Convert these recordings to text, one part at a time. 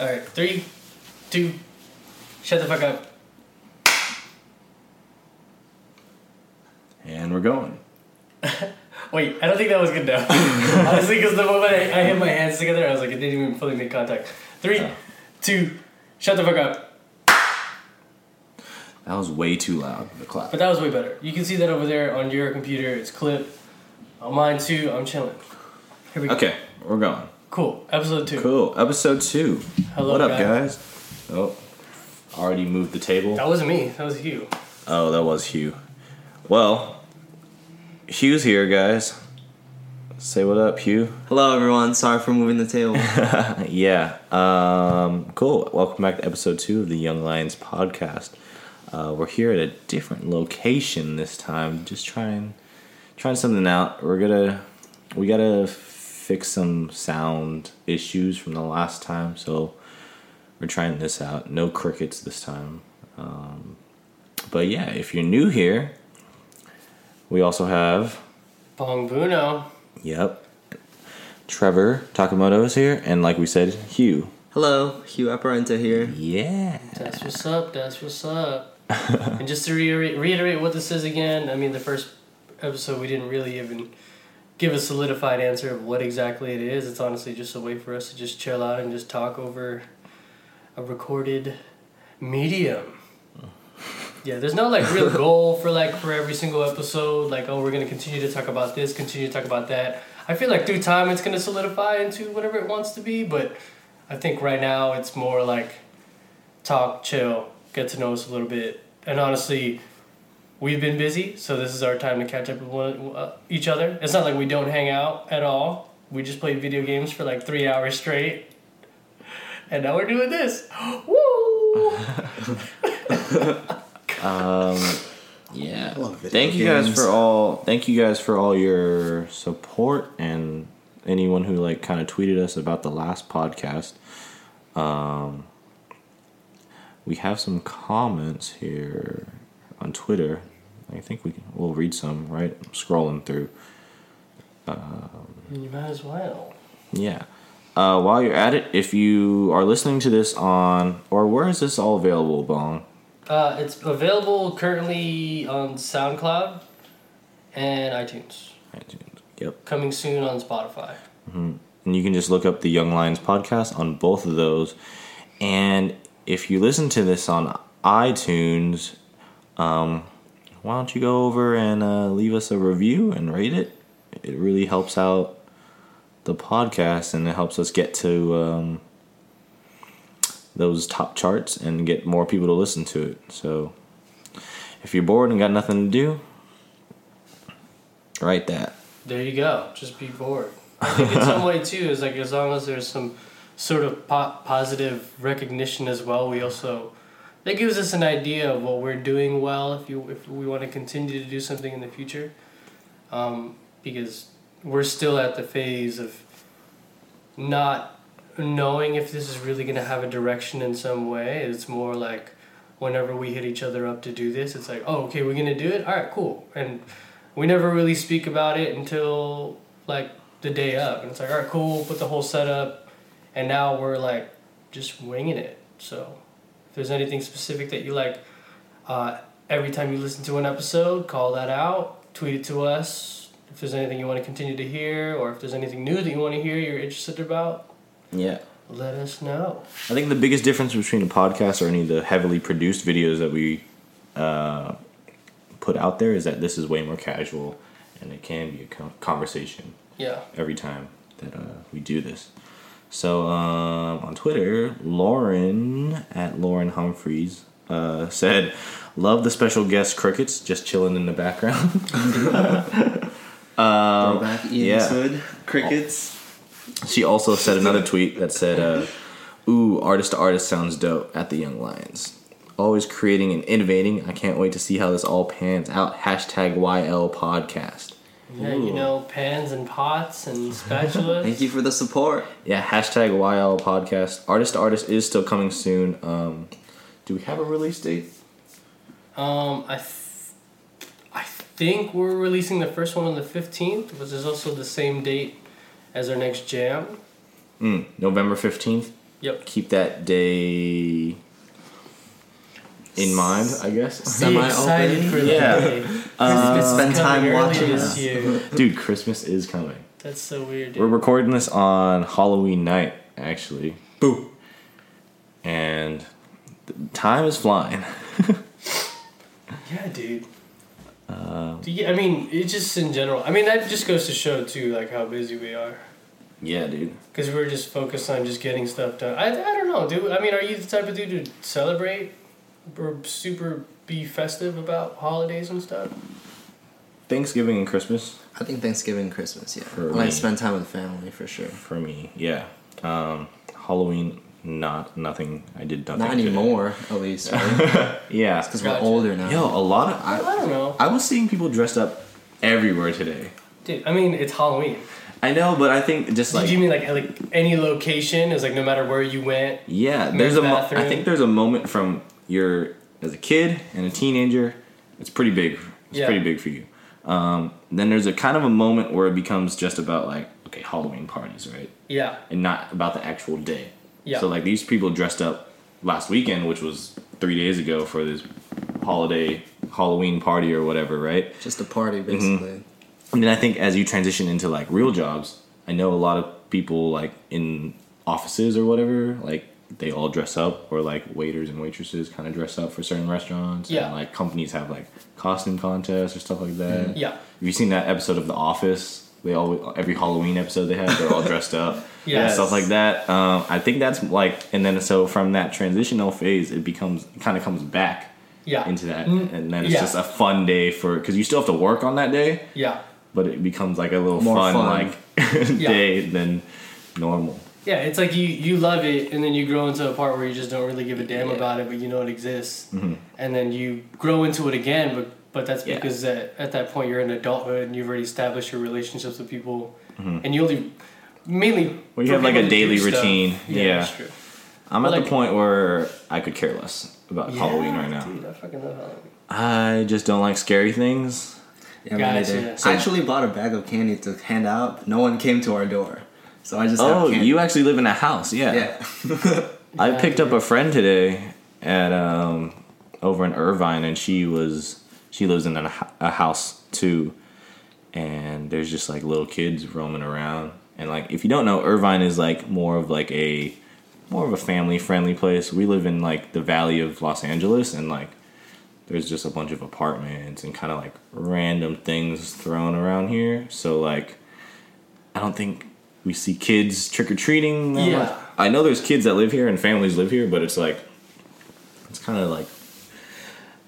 All right, three, two, shut the fuck up. And we're going. Wait, I don't think that was good enough. Honestly, because the moment I, I hit my hands together, I was like, it didn't even fully make contact. Three, Oh. two, shut the fuck up. That was way too loud. The clap. But that was way better. You can see that over there on your computer. It's clip. On mine too. I'm chilling. Here we go. Okay, we're going. Cool. Episode two. Cool. Episode two. Hello, what up, guys. guys? Oh, already moved the table. That wasn't me. That was you. Oh, that was Hugh. Well, Hugh's here, guys. Say what up, Hugh. Hello, everyone. Sorry for moving the table. Yeah. Um, cool. Welcome back to episode two of the Young Lions podcast. Uh, we're here at a different location this time, just trying trying something out. We're gonna we gotta fix some sound issues from the last time, so we're trying this out. No crickets this time. Um, but yeah, if you're new here, we also have Bong Buno. yep Trevor Takamoto is here, and like we said, Hugh. Hello, Hugh Aparenta here. Yeah. That's what's up. That's what's up. and just to reiterate, reiterate what this is again, I mean, the first episode we didn't really even give a solidified answer of what exactly it is. It's honestly just a way for us to just chill out and just talk over a recorded medium. Yeah, there's no like real goal for like for every single episode. Like, oh, we're gonna continue to talk about this, continue to talk about that. I feel like through time it's gonna solidify into whatever it wants to be, but I think right now it's more like talk, chill, get to know us a little bit. And honestly, we've been busy, so this is our time to catch up with one, uh, each other. It's not like we don't hang out at all. We just played video games for like three hours straight, and now we're doing this. Woo! Yeah. love video Thank you guys games. for all. Thank you guys for all your support and anyone who like kind of tweeted us about the last podcast. Um, we have some comments here on Twitter. I think we can, we'll read some. Right, I'm scrolling through. you might as well. Yeah. Uh, while you're at it, if you are listening to this on or where is this all available, Bong? Uh, it's available currently on SoundCloud and iTunes. iTunes. Yep. Coming soon on Spotify. And you can just look up the Young Lions podcast on both of those. And if you listen to this on iTunes, um, why don't you go over and uh, leave us a review and rate it? It really helps out the podcast and it helps us get to um, those top charts and get more people to listen to it. So if you're bored and got nothing to do, write that. There you go. Just be bored. I think in some way too is like as long as there's some sort of po- positive recognition as well. We also that gives us an idea of what we're doing well. If you if we want to continue to do something in the future, um, because we're still at the phase of not knowing if this is really gonna have a direction in some way. It's more like whenever we hit each other up to do this, it's like oh okay we're gonna do it. All right, cool and we never really speak about it until like the day up and it's like all right cool put the whole setup and now we're like just winging it so if there's anything specific that you like uh, every time you listen to an episode call that out tweet it to us if there's anything you want to continue to hear or if there's anything new that you want to hear you're interested about Yeah. let us know I think the biggest difference between a podcast or any of the heavily produced videos that we uh, put out there is that this is way more casual and it can be a con- conversation yeah every time that uh, we do this. So um, on Twitter, Lauren at Lauren Humphreys uh, said, "Love the special guest crickets just chilling in the background." Throwback Ian Oh, yeah. Oh. Eastwood, Crickets. she also said another tweet that said, uh, "Ooh, artist to artist sounds dope at the Young Lions. Always creating and innovating. I can't wait to see how this all pans out." Hashtag YL Podcast. yeah you know pans and pots and spatulas Thank you for the support. Yeah, hashtag YL Podcast. Artist to artist is still coming soon. Um, do we have a release date? Um, I, th- I think we're releasing the first one on the fifteenth, which is also the same date as our next jam. Mm, Hmm, November fifteenth. Yep. keep that day in mind, I guess. Be Semi-open. excited for that Yeah. day. Christmas is Um, Spend time coming early watching this us. year. Dude, Christmas is coming. That's so weird. We're Dude. recording this on Halloween night, actually, Boo. and the time is flying. Yeah, dude. Uh, Do you- I mean, it just in general. I mean, that just goes to show too, like how busy we are. Yeah, dude. Because we're just focused on just getting stuff done. I, I don't know, dude. I mean, are you the type of dude to celebrate or super be festive about holidays and stuff? Thanksgiving and Christmas I think Thanksgiving, Christmas, yeah. For like me. spend time with family for sure. for me, yeah. Um, Halloween, not nothing. I did nothing. Not today. anymore, at least. Because Yeah. we're Gotcha. older now. Yo, a lot of I I, don't know. I was seeing people dressed up everywhere today. Dude, I mean, it's Halloween. I know, but I think just like Do you mean like like any location? Is like no matter where you went. yeah, there's a mo- I bathroom? think there's a moment from your as a kid and a teenager. It's pretty big. It's Yeah. pretty big for you. Um, then there's a kind of a moment where it becomes just about like okay Halloween parties, right? Yeah. and not about the actual day. Yeah. So like these people dressed up last weekend, which was three days ago for this holiday Halloween party or whatever, right? Just a party, Mm-hmm. basically. And then I think as you transition into like real jobs, I know a lot of people like in offices or whatever, like they all dress up or like waiters and waitresses kind of dress up for certain restaurants. Yeah. And like companies have like costume contests or stuff like that. Mm-hmm. Yeah. Have you seen that episode of The Office? They all every Halloween episode they have, they're all dressed up. Yes. and Stuff like that. Um, I think that's like, and then so from that transitional phase, it becomes kind of comes back Yeah. into that, Mm, and then it's yeah. just a fun day for because you still have to work on that day, Yeah. but it becomes like a little More fun, fun. like day than normal. Yeah, it's like you you love it, and then you grow into a part where you just don't really give a damn Yeah. about it, but you know it exists, and then you grow into it again. But but that's Mm-hmm. Yeah. because at, at that point you're in adulthood and you've already established your relationships with people, and you only mainly Mm-hmm. Well, you for have, like, people a to do daily stuff. routine. Yeah. that's true. I'm But at like- the point where I could care less about Yeah, Halloween right now. Dude, I fucking love Halloween. I just don't like scary things. Yeah, Gotcha. me neither. I actually bought a bag of candy to hand out. but No one came to our door. So I just Oh, have candy. you actually live in a house, Yeah. I Yeah, picked dude. up a friend today at um over in Irvine, and she was she lives in a, h- a house too, and there's just like little kids roaming around, and like if you don't know, Irvine is like more of like a more of a family friendly place. We live in like the valley of Los Angeles, and like there's just a bunch of apartments and kind of like random things thrown around here. So like, I don't think we see kids trick or treating. Yeah. I know there's kids that live here and families live here, but it's like, it's kind of like,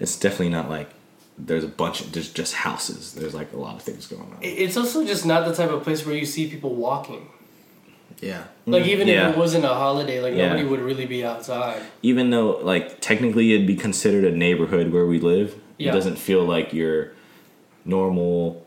it's definitely not like there's a bunch of there's just houses. There's like a lot of things going on. It- It's also just not the type of place where you see people walking. Mm, yeah. Like even yeah. if it wasn't a holiday, like Yeah. nobody would really be outside. Even though like technically it'd be considered a neighborhood where we live, Yeah. it doesn't feel like your normal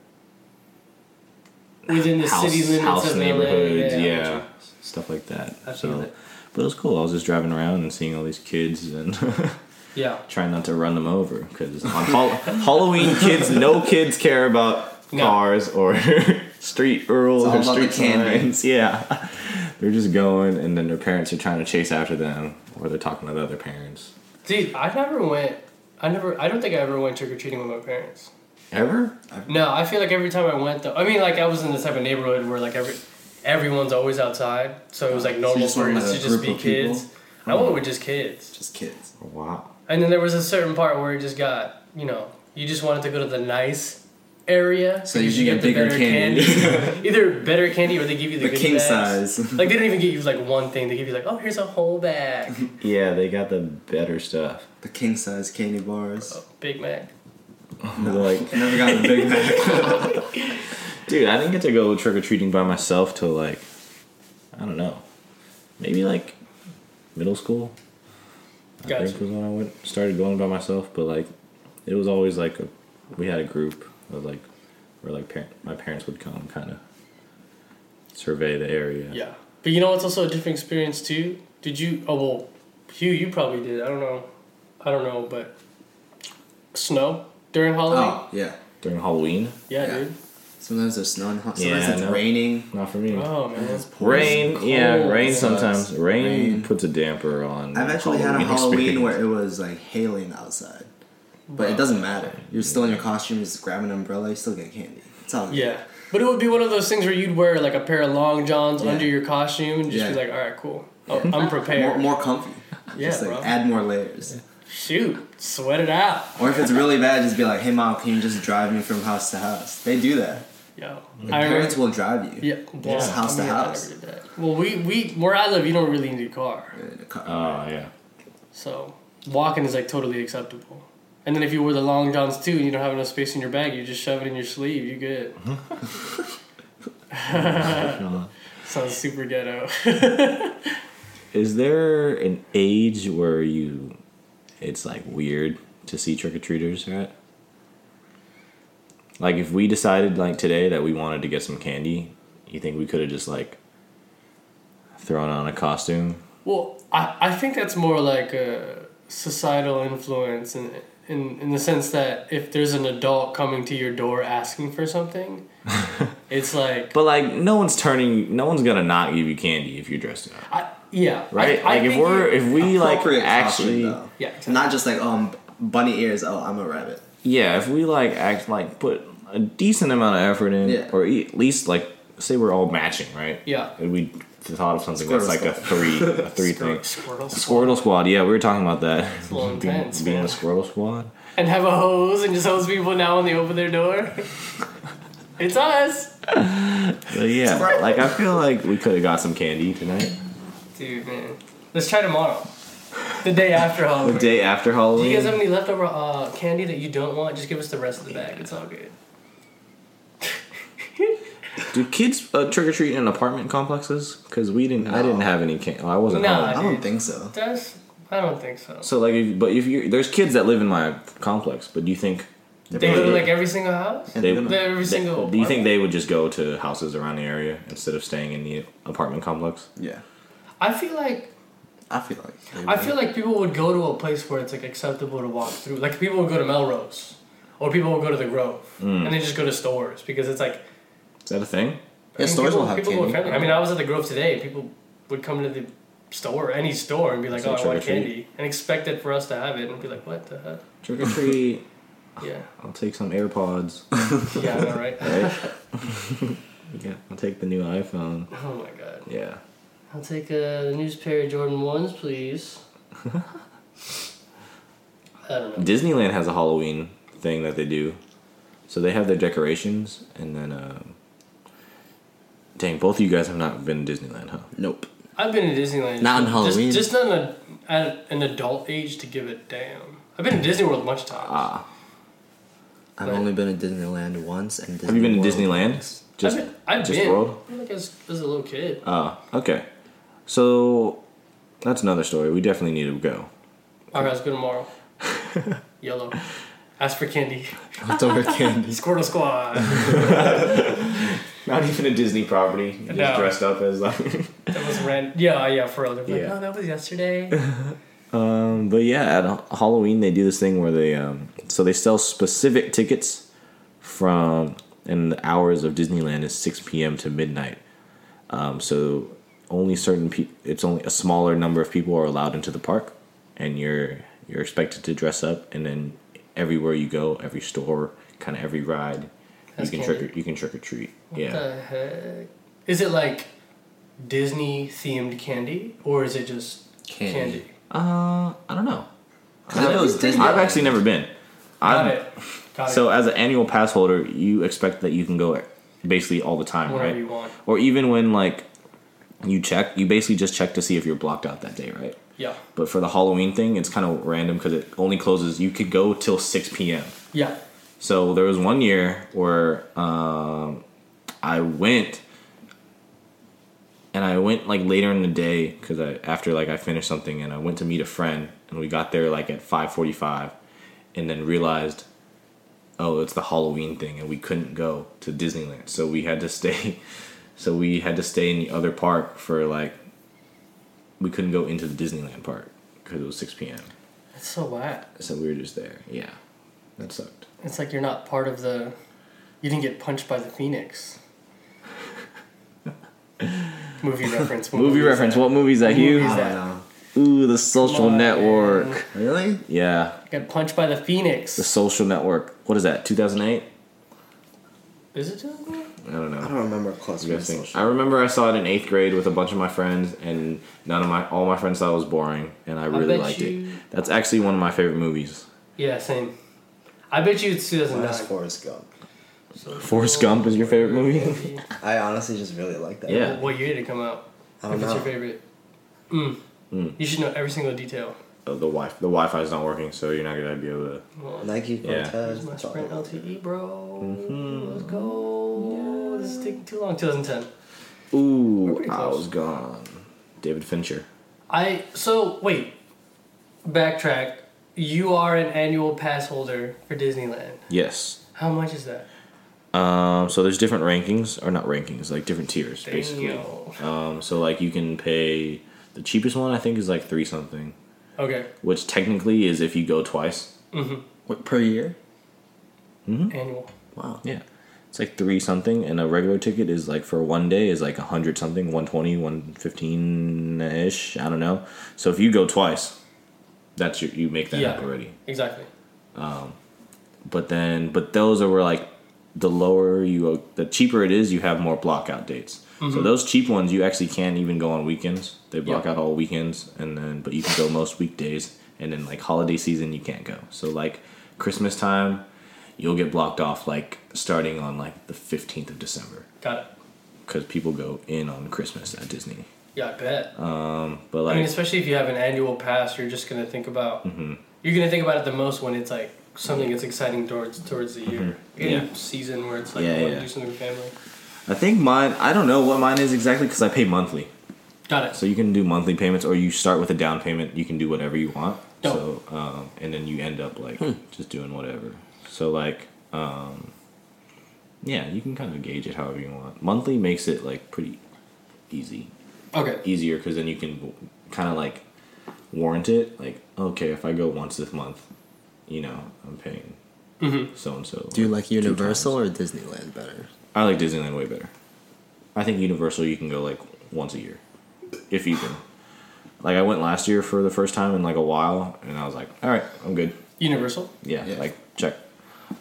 Within the house, city limits house of LA, neighborhoods, I yeah, get you. stuff like that. I feel so, it. but it was cool. I was just driving around and seeing all these kids and Yeah. trying not to run them over because on Hall- Halloween, kids, no kids care about No. cars or street rules all or about street the candy. signs. Yeah, they're just going, and then their parents are trying to chase after them, or they're talking to the other parents. Dude, I never went. I never. I don't think I ever went trick or treating with my parents. Ever? No, I feel like every time I went, though, I mean, like I was in the type of neighborhood where like every everyone's always outside, so it was like normal just for went us with to a just group be of people? Hmm. kids. I went with just kids, Just kids. Wow. and then there was a certain part where it just got you know you just wanted to go to the nice area, So because you get bigger candy. either better candy or they give you the, The goodie king bags. size. Like they don't even give you like one thing; they give you like, oh, here's a whole bag, Mm-hmm. Yeah, they got the better stuff. The king size candy bars. Oh, Big Mac. They're like, I Oh. never got a Big Mac. Dude, I didn't get to go trick or treating by myself till like, I don't know, maybe like middle school. I Gotcha. think was when I went started going by myself, but like, it was always like a, we had a group of like, where like parent, my parents would come kind of survey the area. Yeah. But you know what's also a different experience too? Did you oh well Hugh, you probably did. I don't know. I don't know, but snow during Halloween? oh, yeah. During Halloween, yeah, yeah. dude. Sometimes there's snow. and hot- Sometimes Yeah, it's no. raining. Not for me. Oh man. Rain, yeah, cold. rain Sucks. sometimes. Rain, Rain. puts a damper on. I've actually had a Halloween where it was like hailing outside, but it doesn't matter. You're still in your costume. You just grab an umbrella. You still get candy. It's all good. Yeah. But it would be one of those things where you'd wear like a pair of long johns Yeah. under your costume and just be Yeah. like, all right, cool. Oh, I'm More, prepared. more comfy. Yeah, just like bro. add more layers. Shoot, sweat it out. Or if it's really bad, just be like, "Hey, mom, can you just drive me from house to house?" They do that. Yo, Your I parents remember. will drive you. Yeah, well, Just house to I mean, I house. never did that. Well, we we where I live, you don't really need a car, In a car. Oh yeah, so walking is like totally acceptable. And then if you wear the long johns too, and you don't have enough space in your bag, you just shove it in your sleeve. You good. Sounds super ghetto. Is there an age where you, it's like weird to see trick or treaters at? Like if we decided like today that we wanted to get some candy, you think we could have just like thrown on a costume? Well, I, I think that's more like a societal influence in, in, in the sense that if there's an adult coming to your door asking for something, it's like, But like no one's turning, no one's gonna not give you candy if you're dressed up, I, yeah. I- right? I like if think we're you- if we like Appropriate costume, actually. though. Yeah, exactly. Not just like, um, bunny ears. Oh, I'm a rabbit. Yeah, if we like act like put a decent amount of effort in, Yeah. or e- at least like say we're all matching, right? Yeah. And we thought of something that's Squirtle like a squad. three, a three thing. Squirtle. Squirtle squad. Yeah, we were talking about that. a little being, intense, being man. a squirtle squad. And have a hose and just hose people now when they open their door. it's us. But yeah, Squirtle. like I feel like we could have got some candy tonight. Dude, man. Let's try tomorrow. The day after The Halloween. day after Do Halloween. you guys have any leftover uh, candy that you don't want? Just give us the rest of the bag. It's all good. Do kids uh, trick or treat in apartment complexes? Because we didn't. I didn't have any candy. I wasn't No. home. I Dude. don't think so. Does? I don't think so. So like, if, but if you are there's kids that live in my complex, but do you think They live in like every single house. And They- they're gonna- They're every Th- single. Do you think apartment? they would just go to houses around the area instead of staying in the apartment complex? yeah, I feel like I feel like. they I would. feel like people would go to a place where it's like acceptable to walk through. Like people would go to Melrose, or people would go to the Grove, Mm. and they just go to stores because it's like. Is that a thing? I Yeah, mean, stores people, will have people go with candy. family. I mean, I was at the Grove today. and People would come to the store, any store, and be like, Say "Oh, I trick or want treat. candy," and expect it for us to have it, and be like, "What the heck?" Trick or treat. Yeah, I'll take some AirPods. yeah, I know, right? Right? yeah, I'll take the new iPhone. Oh my god. Yeah. I'll take uh, the news pair of Jordan ones, please. I don't know. Disneyland has a Halloween thing that they do. So they have their decorations, and then. Uh, dang, both of you guys have not been to Disneyland, huh? Nope. I've been to Disneyland. Not on Just- Halloween. Just, not an, at an adult age to give a damn. I've been to Disney World a bunch of times. Ah. I've But- only been to Disneyland once, and Disney Have you been to World Disneyland? Just, I've been. I've just been. World? I think as, as a little kid. Oh, okay. So that's another story. We definitely need to go. All right, let's go tomorrow. Yellow. Ask for candy. Leftover candy. Squirtle Squad. Not even a Disney property. Just No. dressed up as like. that was rent. Yeah, yeah, for real. They're Like, Yeah. oh, that was yesterday. um, but yeah, at Halloween they do this thing where they um, so they sell specific tickets from and the hours of Disneyland is six p.m. to midnight. Um, so only certain people. It's only a smaller number of people are allowed into the park, and you're you're expected to dress up, and then everywhere you go, every store, kind of every ride, Has you can candy. trick or, you can trick or treat. yeah. the heck? Is it like Disney themed candy or is it just candy? Candy. Uh, I don't know. I know it was Disney. I've actually never been. Got I've- it. Got So it. as an annual pass holder, you expect that you can go basically all the time, Whatever right? you want. Or even when like you check, you basically just check to see if you're blocked out that day, right? Yeah. But for the Halloween thing, it's kind of random because it only closes. You could go till six p.m. Yeah. So there was one year where um, I went, and I went like later in the day because I after like I finished something and I went to meet a friend and we got there like at five forty five, and then realized, oh, it's the Halloween thing and we couldn't go to Disneyland, so we had to stay, so we had to stay in the other park for like. We couldn't go into the Disneyland park because it was six p.m. That's so whack. So we were just there. Yeah, that sucked. It's like you're not part of the You didn't get punched by the phoenix. movie reference. What Movie is reference. that? What movie is that, Hugh? movie I is don't that? know. Ooh, The Social Come on. Network. Really? Yeah, Got punched by the The phoenix. Social Network. What is that? Two thousand eight? Is it just me? I don't know. I don't remember close I to think- social. I remember I saw it in eighth grade with a bunch of my friends, and none of my all my friends thought it was boring, and I really bet liked you- it. That's actually one of my favorite movies. Yeah, same. I bet you it's Well, That's 2009. Forrest Gump. Forrest Gump is your favorite movie? I honestly just really like that. Yeah. What- What year did it come out? I don't if it's your know. favorite. Mm. You should know every single detail. Uh, the wi the Wi Fi is not working, so you're not gonna be able to. Well, Nike Yeah. Here's Cortez. my that's all I Sprint know. LTE, bro. Mm-hmm. Let's go. This is taking too long. 2010. Ooh, pretty I close. was gone. David Fincher. I so wait. Backtrack. You are an annual pass holder for Disneyland. Yes. How much is that? Um, so there's different rankings, or not rankings, like different tiers, basically. Daniel. Um, so like you can pay the cheapest one I think is like three something, Okay. which technically is if you go twice. What per year? Annual. Wow. Yeah. It's like three something, and a regular ticket is like for one day is like a hundred something, 120, 115 ish. I don't know. So if you go twice, that's your, you make that Yeah. up already. Exactly. But then, but those are where like the lower you go, the cheaper it is, you have more blockout dates. So those cheap ones, you actually can't even go on weekends. They block Yeah. out all weekends, and then but you can go most weekdays, and then like holiday season, you can't go. So like Christmas time, you'll get blocked off like starting on like the fifteenth of December Got it. because people go in on Christmas at Disney. Yeah, I bet. But I like, Mm-hmm. mean, especially if you have an annual pass, you're just gonna think about. You're gonna think about it the most when it's like something that's exciting towards towards the year, any Mm-hmm. Yeah. season where it's like Yeah, I want yeah. to do something with family. I think mine. I don't know what mine is exactly because I pay monthly. Got it. So you can do monthly payments, or you start with a down payment. You can do whatever you want. Dope. So um, and then you end up like Hmm. just doing whatever. So like, um, yeah, you can kind of gauge it however you want. Monthly makes it like pretty easy, okay. easier because then you can kind of like warrant it. Like okay, if I go once this month, you know, I'm paying so and so. Mm-hmm. Do you like Universal or Disneyland better? I like Disneyland way better. I think Universal you can go like once a year, if even. Like I went last year for the first time in like a while, and I was like, all right, I'm good. Universal. Yeah, Yeah. like check.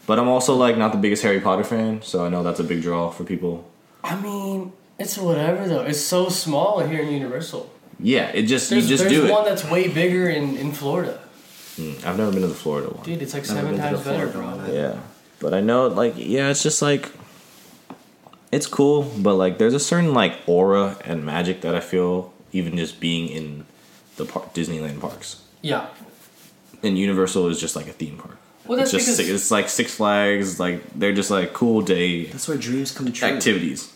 But I'm also like not the biggest Harry Potter fan, so I know that's a big draw for people. I mean, it's whatever though. It's so small here in Universal. Yeah, it just There's, you just there's do one it. that's way bigger in, in Florida. I've never been to the Florida one. Dude, it's like Never seven been to times the better, Florida bro. one. Yeah, but I know like yeah, it's just like it's cool, but like there's a certain like aura and magic that I feel even just being in the park, Disneyland parks. Yeah. and Universal is just like a theme park. Well, it's that's just because- si- it's like Six Flags, like they're just like cool day That's where dreams come true. activities.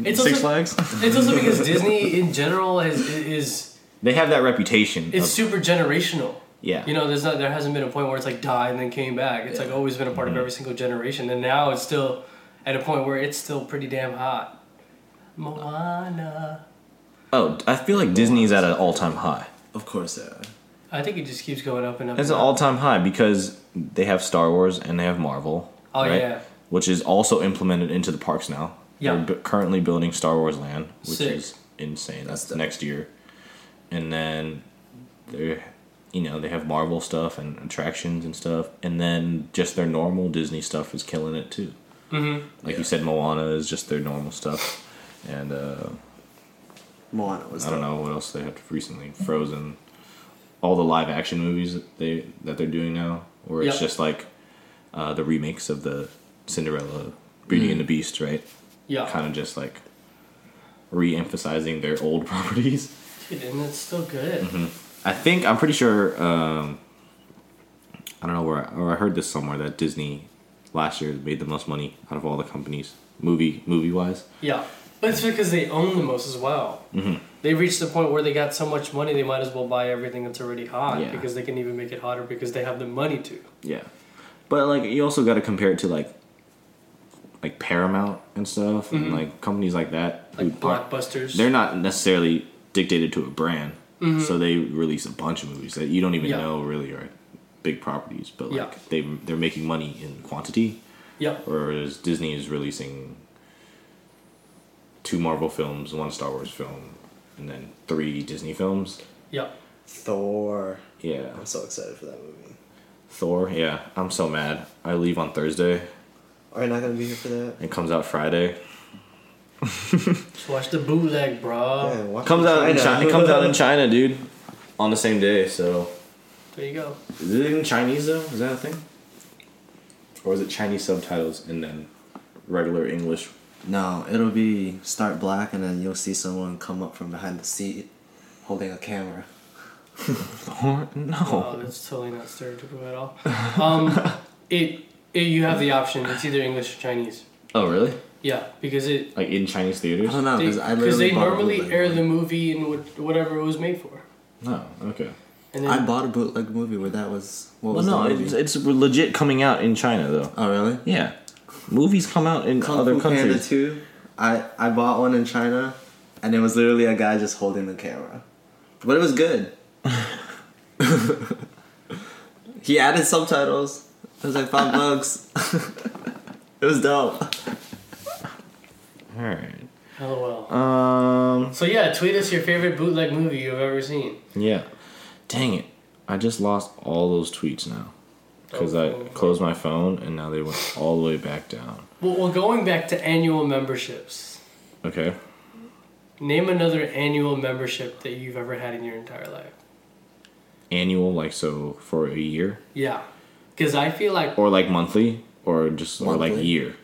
It's also, Six Flags, it's also because Disney in general is is they have that reputation. it's of- super generational. yeah, You know, there's not there hasn't been a point where it's like died and then came back. It's like always been a part of every single generation, and now it's still at a point where it's still pretty damn hot. Moana. Oh, I feel like Disney's at an all time high. Of course uh, they are. I think it just keeps going up and up. It's an and up. all time high because they have Star Wars and they have Marvel. Oh, right? yeah. which is also implemented into the parks now. Yeah. They're bu- currently building Star Wars Land, which Sick. is insane. That's That's dope. next year, and then they, you know, they have Marvel stuff and attractions and stuff, and then just their normal Disney stuff is killing it too. Mm-hmm. Like you said, Moana is just their normal stuff, and uh, Moana was I don't dope. know what else they had recently. Frozen, all the live action movies that they that they're doing now, where it's Yep. just like uh, the remakes of the Cinderella, Beauty and the Beast, right? yeah. Kind of just like re-emphasizing their old properties. Dude, and it's still good. I think I'm pretty sure. Um, I don't know where, I, or I heard this somewhere that Disney last year made the most money out of all the companies, movie movie wise. Yeah, but it's because they own the most as well. Mm-hmm. They reached the point where they got so much money, they might as well buy everything that's already hot Yeah. because they can even make it hotter because they have the money to. Yeah, but like you also got to compare it to like like Paramount and stuff, and like companies like that. who Mm-hmm. Like aren't- blockbusters. they're not necessarily dictated to a brand, so they release a bunch of movies that you don't even Mm-hmm. Yeah. know really are big properties, but like Yeah. they they're making money in quantity. Yep. or is Disney is releasing two Marvel films, one Star Wars film, and then three Disney films. Yep. Thor. Yeah, I'm so excited for that movie. Thor. Yeah, I'm so mad. I leave on Thursday. Are you not gonna be here for that? It comes out Friday. Just watch the bootleg, bro. Yeah, watch It comes out in China. China. It comes out in China, dude, on the same day. So There you go. is it in Chinese though? Is that a thing? Or is it Chinese subtitles and then regular English? No, it'll be start black and then you'll see someone come up from behind the seat holding a camera. Or Oh. Wow, no. Oh, that's totally not stereotypical at all. Um, it, it you have the option. It's either English or Chinese. Oh really? Uh-huh. Yeah, because it Like in Chinese I don't theaters? know because Oh, I because literally they bought a normally bootleg air movie. the movie in what, whatever it was made for. No. Okay. And then I bought a bootleg movie where that was what Well, was no, the movie? it's, it's legit coming out in China though. oh really? Yeah, movies come out in Kung other Fu Panda countries. two. I I bought one in China, and it was literally a guy just holding the camera, but it was good. he added subtitles. It was like five bucks. it was dope. All right. lol. Um. So yeah, tweet us your favorite bootleg movie you've ever seen. Yeah. Dang it! I just lost all those tweets now because I Oh. closed my phone and now they went all the way back down. Well, well, going back to annual memberships. Okay. Name another annual membership that you've ever had in your entire life. Annual, like so, for a year Yeah, because I feel like or like monthly or just or like Monthly? year,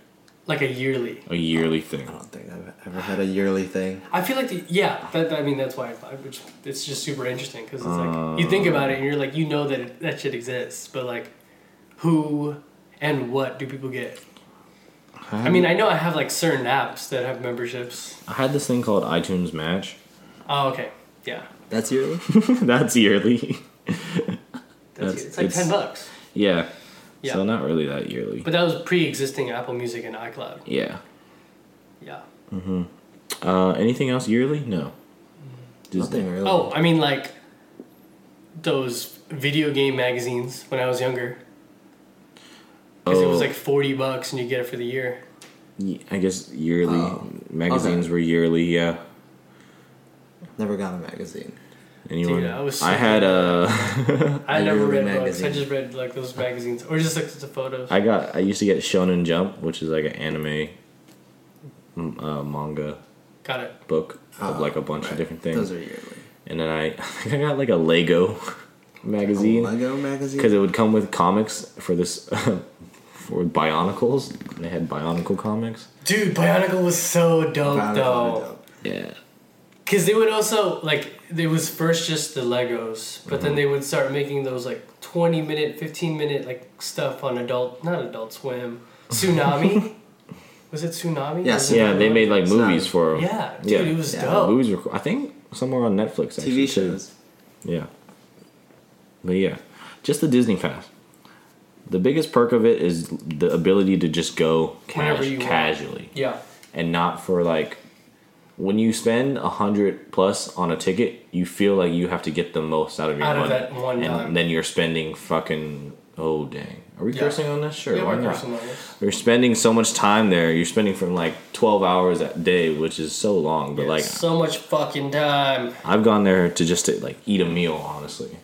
like a yearly. a yearly thing. I don't think I've ever had a yearly thing. I feel like the yeah. That, I mean, that's why I, I- which it's just super interesting because it's like you think about it and you're like you know that it, that shit exists, but like who and what do people get? I mean, I know I have like certain apps that have memberships. I had this thing called iTunes Match. Oh, okay, yeah, That's yearly. That's yearly. that's, That's- it's like it's- ten bucks. yeah. Yeah. So not really that yearly. But that was pre-existing Apple Music and iCloud. yeah. Yeah. Uh, anything else yearly? No. Just Nothing really. Oh, I mean like those video game magazines when I was younger. Because it was Oh. like forty bucks and you get it for the year. Ye- I guess yearly Oh, magazines were yearly. Yeah. never got a magazine. Anyone? I was I so had uh, I A never yearly read books. I magazine. just read like those magazines or just like the photos. I got. I used to get Shonen Jump, which is like an anime, m- uh, manga Got it. book of like a bunch of Ah, Right. different Those things, are yearly. and then I I got like a Lego magazine Lego magazine. because it would come with comics for this for Bionicles. They had Bionicle comics. Dude, Bionicle was so dope Found it, found it though. dope. Yeah. Because they would also like it was first just the Legos, but then they would start making those like twenty minute, fifteen minute like stuff on Adult, not Adult Swim, Tsunami. was it Tsunami? Yeah, Was it Yeah, they Tsunami? made like It's not- movies for. 'em. Yeah, dude, Yeah. Uh, it was Yeah, dope. Movies were. cool. I think somewhere on Netflix. Actually, TV too. shows. Yeah. But yeah, just the Disney Pass. The biggest perk of it is the ability to just go Whenever cash, you want. casually Yeah, and not for like when you spend a hundred plus on a ticket, you feel like you have to get the most out of your Out of money. that one and time. then you're spending fucking oh dang. Are we Yeah. cursing on this? Sure, yeah, why we're not? cursing on this. You're spending so much time there. You're spending from like twelve hours a day, which is so long. But like so much fucking time. I've gone there to just to, like eat a meal, honestly,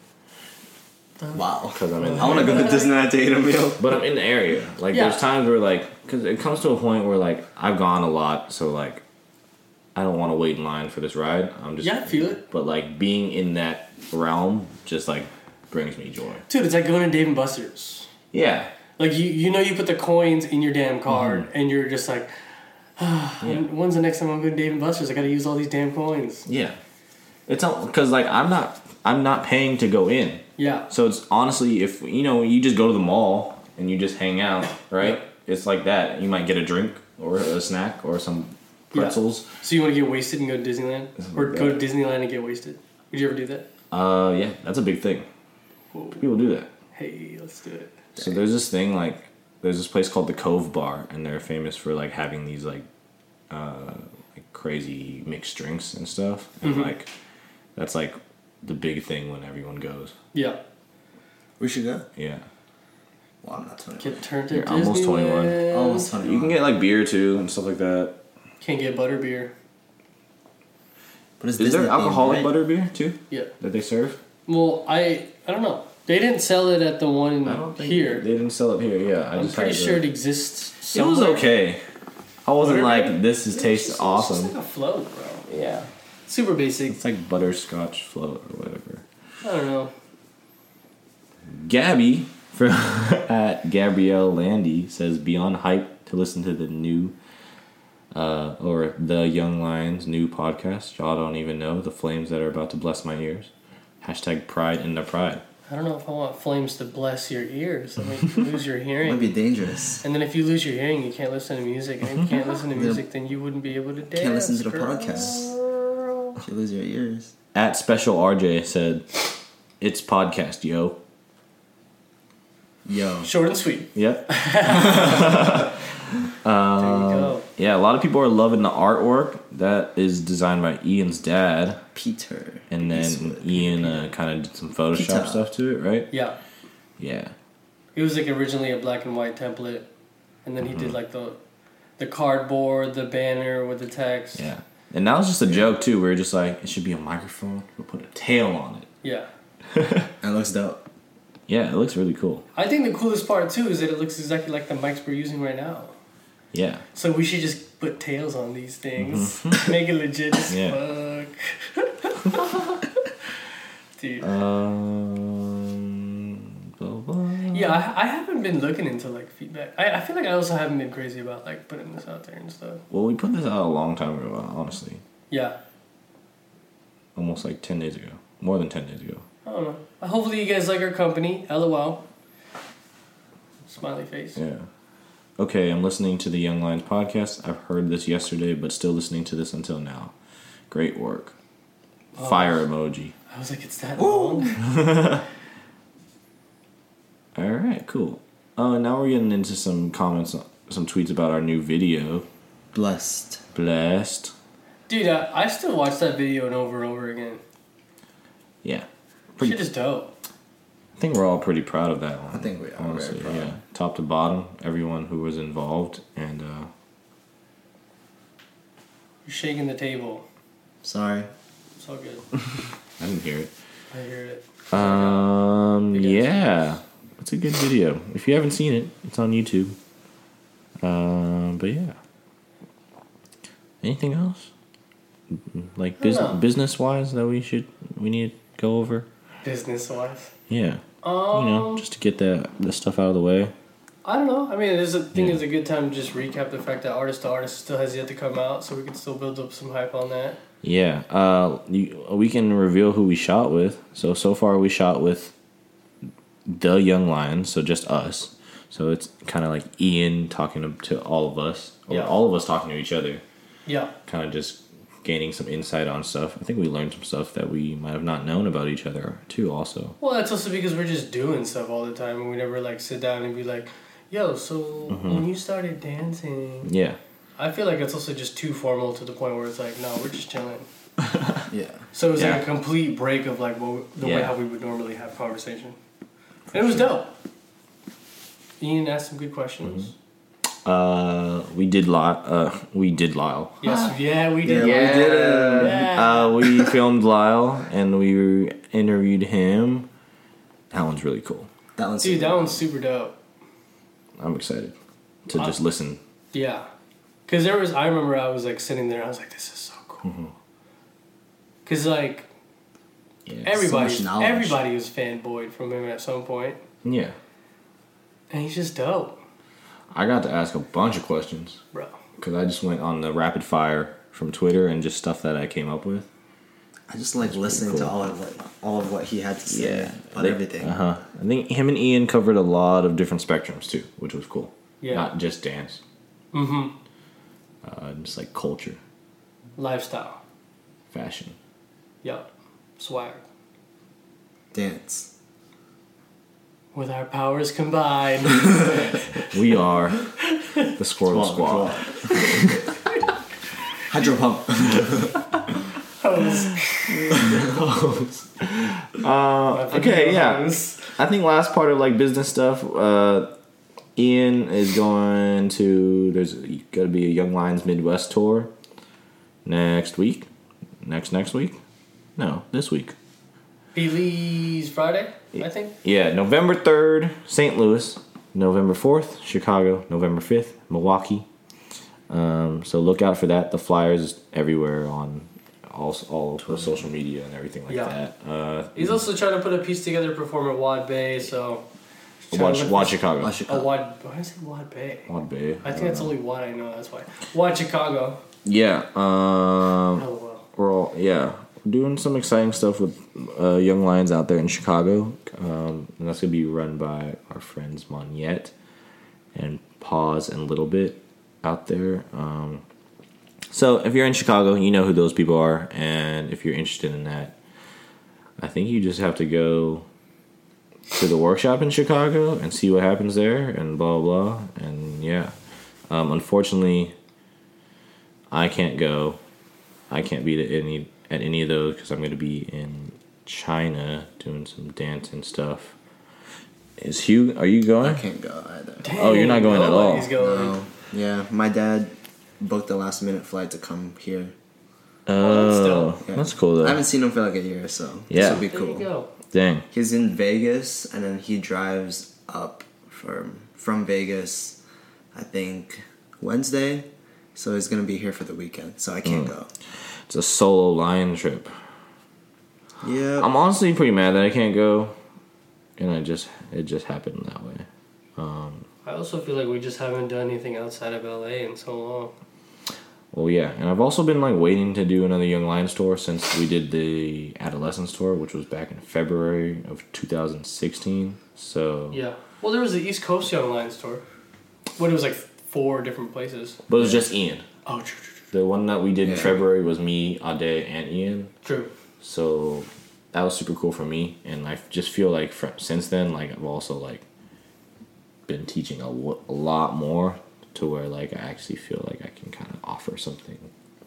Wow. because I'm in. I want to go to Disneyland to eat a meal. But I'm in the area. Like, Yeah. there's times where, like, because it comes to a point where, like, I've gone a lot, so, like, I don't want to wait in line for this ride. I'm just. Yeah, I feel it. But, like, being in that realm just, like, brings me joy. Dude, it's like going to Dave and Buster's. Yeah. Like you, you know, you put the coins in your damn card, Mm-hmm. and you're just like, ah, when's the next time I'm going to Dave and Buster's? I got to use all these damn coins. Yeah. It's because, like, I'm not. I'm not paying to go in. Yeah, So it's honestly, if you know, you just go to the mall and you just hang out, right? It's like that. You might get a drink or a snack or some Yeah. pretzels. So you want to get wasted and go to Disneyland, or like go that. to Disneyland and get wasted? Would you ever do that? Uh, yeah, that's a big thing. Whoa. People do that. Hey, let's do it. So there's this thing like there's this place called the Cove Bar, and they're famous for like having these like, uh, like crazy mixed drinks and stuff, and Mm-hmm. like that's like the big thing when everyone goes. Yeah, We should go. Yeah, Well, I'm not 21. Get turned to You're Disneyland. almost 21. Almost You 21. can get like beer too and stuff like that. Can't get butterbeer. but it's Is Disney there themed, alcoholic right? butter beer too Yeah. that they serve? Well, I I don't know. They didn't sell it at the one here. They didn't sell it here. Yeah, I I'm just pretty had the- sure it exists. it was somewhere. okay. I wasn't Butterbeer? like this is It's tastes just- It's just awesome. like a float, bro. yeah, Super basic. it's like butterscotch float or whatever. I don't know. Gabby from at Gabrielle Landy says beyond hype to listen to the new uh, or the Young Lions new podcast. Y'all don't even know the flames that are about to bless my ears. Hashtag pride in the pride. I don't know if I want flames to bless your ears. I mean, you lose your Might hearing. be dangerous. And then if you lose your hearing, you can't listen to music. And if you can't listen to music, then you wouldn't be able to dance. Can't listen to the girl. podcast. You lose your ears. At special RJ said, "It's podcast, yo." Yo. Short and sweet. Yep. Uh, there you go. Yeah, a lot of people are loving the artwork that is designed by Ian's dad, Peter. and then Eastwood. Ian uh, kind of did some Photoshop Peter. stuff to it, right? Yeah. Yeah. It was like originally a black and white template, and then he Mm-hmm. did like the, the cardboard, the banner with the text. Yeah. And now it's just a joke too. We are just like, it should be a microphone. We'll put a tail on it. Yeah. That looks dope. Yeah, it looks really cool. I think the coolest part too is that it looks exactly like the mics we're using right now. Yeah. So we should just put tails on these things. Mm-hmm. Make it legit as Yeah. fuck. Dude. Um. Blah, blah. Yeah, I, I haven't been looking into like feedback. I, I feel like I also haven't been crazy about like putting this out there and stuff. Well, we put this out a long time ago, honestly, Yeah, almost like ten days ago, more than ten days ago. I don't know. Uh, Hopefully you guys like our company. LOL. Smiley face. Yeah. Okay, I'm listening to the Young Lions podcast. I've heard this yesterday, but still listening to this until now. Great work. Fire emoji. I was like, it's that Ooh. long. All right, cool. Oh, and now we're getting into some comments, some tweets about our new video. Blessed. Blessed. Dude, I, I still watch that video and over and over again. Yeah. Pretty- Shit is dope. I think we're all pretty proud of that one. I think we are very honestly. proud. Yeah, top to bottom, everyone who was involved, and uh, You're shaking the table. Sorry. It's all good. I didn't hear it. I hear it. Um, Big ass yeah, it's a good video. If you haven't seen it, it's on YouTube. Um, but yeah. Anything else? Like don't bus- know. business wise that we should we need to go over? Business wise. Yeah, Um, you know, just to get that the stuff out of the way. I don't know. I mean, it is a thing. Yeah. It's a good time to just recap the fact that artist to artist still has yet to come out, so we can still build up some hype on that. Yeah, uh, you, we can reveal who we shot with. So so far we shot with the Young Lions, so just us. So it's kind of like Ian talking to all of us, or Yeah. all of us talking to each other, Yeah. kind of just gaining some insight on stuff. I think we learned some stuff that we might have not known about each other too. Also, Well, that's also because we're just doing stuff all the time, and we never like sit down and be like, "Yo, so when you started dancing," yeah, I feel like it's also just too formal to the point where it's like, "No, we're just chilling." Yeah. So it was Yeah. like a complete break of like what, the way Yeah. how we would normally have conversation. And it was dope. Ian asked some good questions. uh, we did Lyle. Uh, we did Lyle. Yes, yeah, we Yeah, did. we did it. Yeah. Uh, we filmed Lyle and we interviewed him. That one's really cool. That one's Dude, that one's super dope. I'm excited to just listen. Yeah, because there was. I remember I was like sitting there. I was like, "This is so Hmm. cool." Because like Yeah. everybody, much knowledge. everybody was fanboyed from him at some point, yeah. and he's just dope, I got to ask a bunch of questions bro. because I just went on the rapid fire from Twitter and just stuff that I came up with. I just like listening to cool. all of what, all of what he had to say about They- everything. Uh-huh. I think him and Ian covered a lot of different spectrums too, which was cool. Yeah. Not just dance, Mm-hmm. uh, just like culture, Lifestyle. fashion. Yep. Swag. Dance. With our powers combined. We are the Squirrel Squad. Squad, squad. Hydro pump. Uh, okay, yeah. I think last part of like business stuff. Uh, Ian is going to. There's got to be a Young Lions Midwest tour next week. Next next week. No, this week. Belize Friday, I think. Yeah, November 3rd, St. Louis. November 4th, Chicago. November 5th, Milwaukee. Um, so look out for that. The flyers is everywhere on all, all the social media and everything like Yeah. that. Uh, He's also trying to put a piece together to perform at Wad Bay, so. he's trying to watch, look watch for- Chicago. Watch it Oh, come. Wad. Why is it Wad Bay? Wad Bay. I think don't that's know. only Wad I know, that's why. Wad Chicago. Yeah. Um, Oh, well. we're all yeah we're doing some exciting stuff with uh, young lions out there in chicago um, and that's going to be run by our friends moniette and pause and little bit out there um, so if you're in chicago you know who those people are and if you're interested in that i think you just have to go to the workshop in chicago and see what happens there and blah blah blah and yeah um, unfortunately i can't go I can't be at any at any of those because I'm going to be in China doing some dance and stuff. Is Hugh? Are you I going? can't go either. Oh, you're not going at all. He's going. No. Yeah, my dad booked a last minute flight to come here. Oh, Oh, that's Yeah. that's cool I though. haven't seen him for like a year, so Yeah. this would be There you cool. go. Dang. He's in Vegas, and then he drives up from from Vegas. I think Wednesday, so he's gonna be here for the weekend. So I can't Mm. go. It's a solo lion trip. Yeah, I'm honestly pretty mad that I can't go, and I just it just happened that way. I also feel like we just haven't done anything outside of LA in so long. Well, yeah, and I've also been like waiting to do another Young Lions tour since we did the Adolescence tour, which was back in February of 2016. So, Yeah. Well, there was the East Coast Young Lions tour, but it was like four different places. but it was just Ian. Oh, true, true, The one that we did in Yeah. February was me, Ade, and Ian. true. True. So that was super cool for me, and I just feel like fr since then, like I've also like been teaching a wo- a lot more to where like I actually feel like I can kind of offer something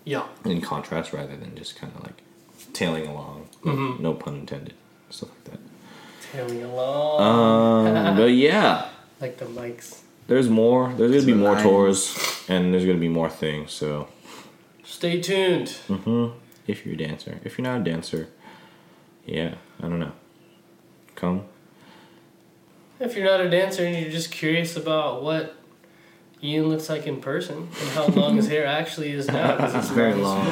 Yeah. in contrast rather than just kind of like tailing along. No pun intended, stuff like that. Tailing along. Um, but yeah, like the mics. there's more. There's gonna be more Lions. tours, and there's gonna be more things. So mm-hmm. Stay tuned. if you're a dancer. If you're not a dancer, yeah, I don't know. Come. If you're not a dancer and you're just curious about what Ian looks like in person and how long his hair actually is now, 'cause it's very as long.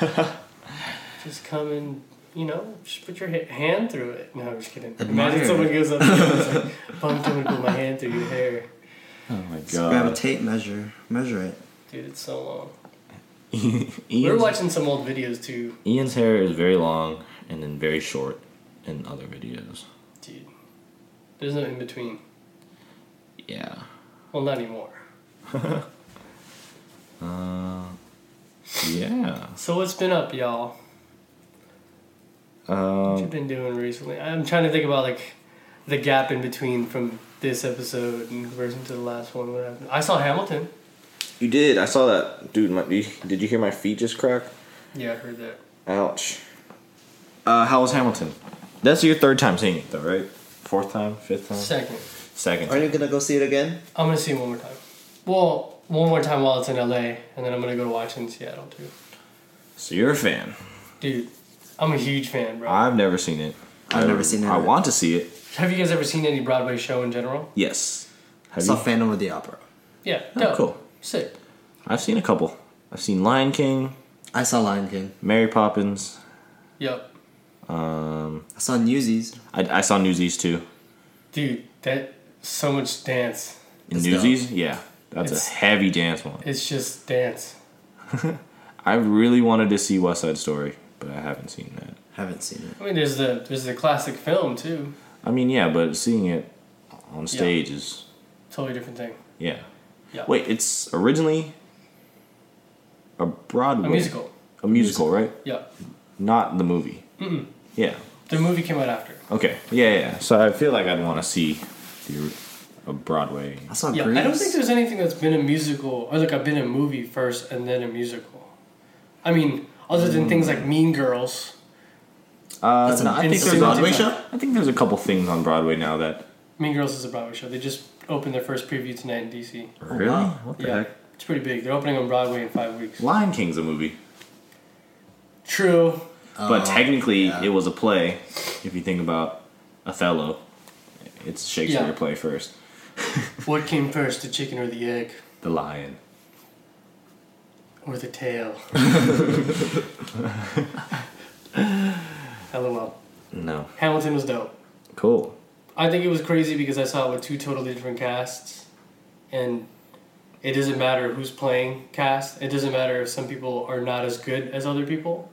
well, just come and you know, just put your ha- hand through it. No, I'm just kidding. Imagine Admire someone it. goes up to you and is like, "Bum, I'm gonna put my hand through your hair, Oh my Grab a tape measure, measure it. dude. It's so long." We were Ian's, watching some old videos too, Ian's hair is very long and then very short in other videos. dude. There's no in between. Yeah. Well, not anymore. Uh, yeah. So what's been up, y'all? What you Um, been doing recently? I'm trying to think about like the gap in between from this episode in comparison to the last one. What happened? I saw Hamilton. you did. I saw that. Dude, my, you- did you hear my feet just crack? Yeah, I heard that. Ouch. Uh, how was Hamilton? That's your third time seeing it, though, right? Fourth time? Fifth time? Second, Second time. Aren't you gonna go see it again? I'm gonna see it one more time. Well, one more time while it's in LA, and then I'm gonna go to watch it in Seattle too. So you're a fan. Dude, I'm a huge fan, bro. I've never seen it. I've I- never seen it. I want to see it. Have you guys ever seen any Broadway show in general? Yes. Have It's saw you? Phantom of the Opera. Yeah, Oh, dope. cool. sick. I've seen a couple. I've seen Lion King, I saw Lion King. Mary Poppins. Yep, Um, I saw Newsies. I, I saw Newsies too. dude, that so much dance. In It's Newsies, yeah, that's It's- a heavy dance one. It's just dance. I really wanted to see West Side Story, but I haven't seen that. Haven't seen it. I mean, there's the there's the classic film too. I mean, yeah, but seeing it on stage is Totally different thing. yeah. Yeah. Wait, it's originally a Broadway A musical. a musical, right? Yeah. Not the movie. mm Yeah. The movie came out after. Okay. Yeah, yeah, yeah. So I feel like I'd want to see the a Broadway. I saw Yeah, Grease. I don't think there's anything that's been a musical or like I've been a movie first and then a musical. I mean, other than things Mm. like Mean Girls. Uh, That's no, an I think insane there's a, Broadway show? I think there's a couple things on Broadway now that Mean Girls is a Broadway show. They just opened their first preview tonight in DC. really wow. what the Oh, Yeah, heck. it's pretty big. They're opening on Broadway in five weeks. Lion King's a movie, True. but Oh, technically yeah. it was a play. If you think about Othello, it's a Shakespeare Yeah. play first. What came first, the chicken or the egg, The Lion. or the tail? LOL. No. Hamilton was dope. Cool. I think it was crazy because I saw it with two totally different casts, and it doesn't matter who's playing cast. It doesn't matter if some people are not as good as other people.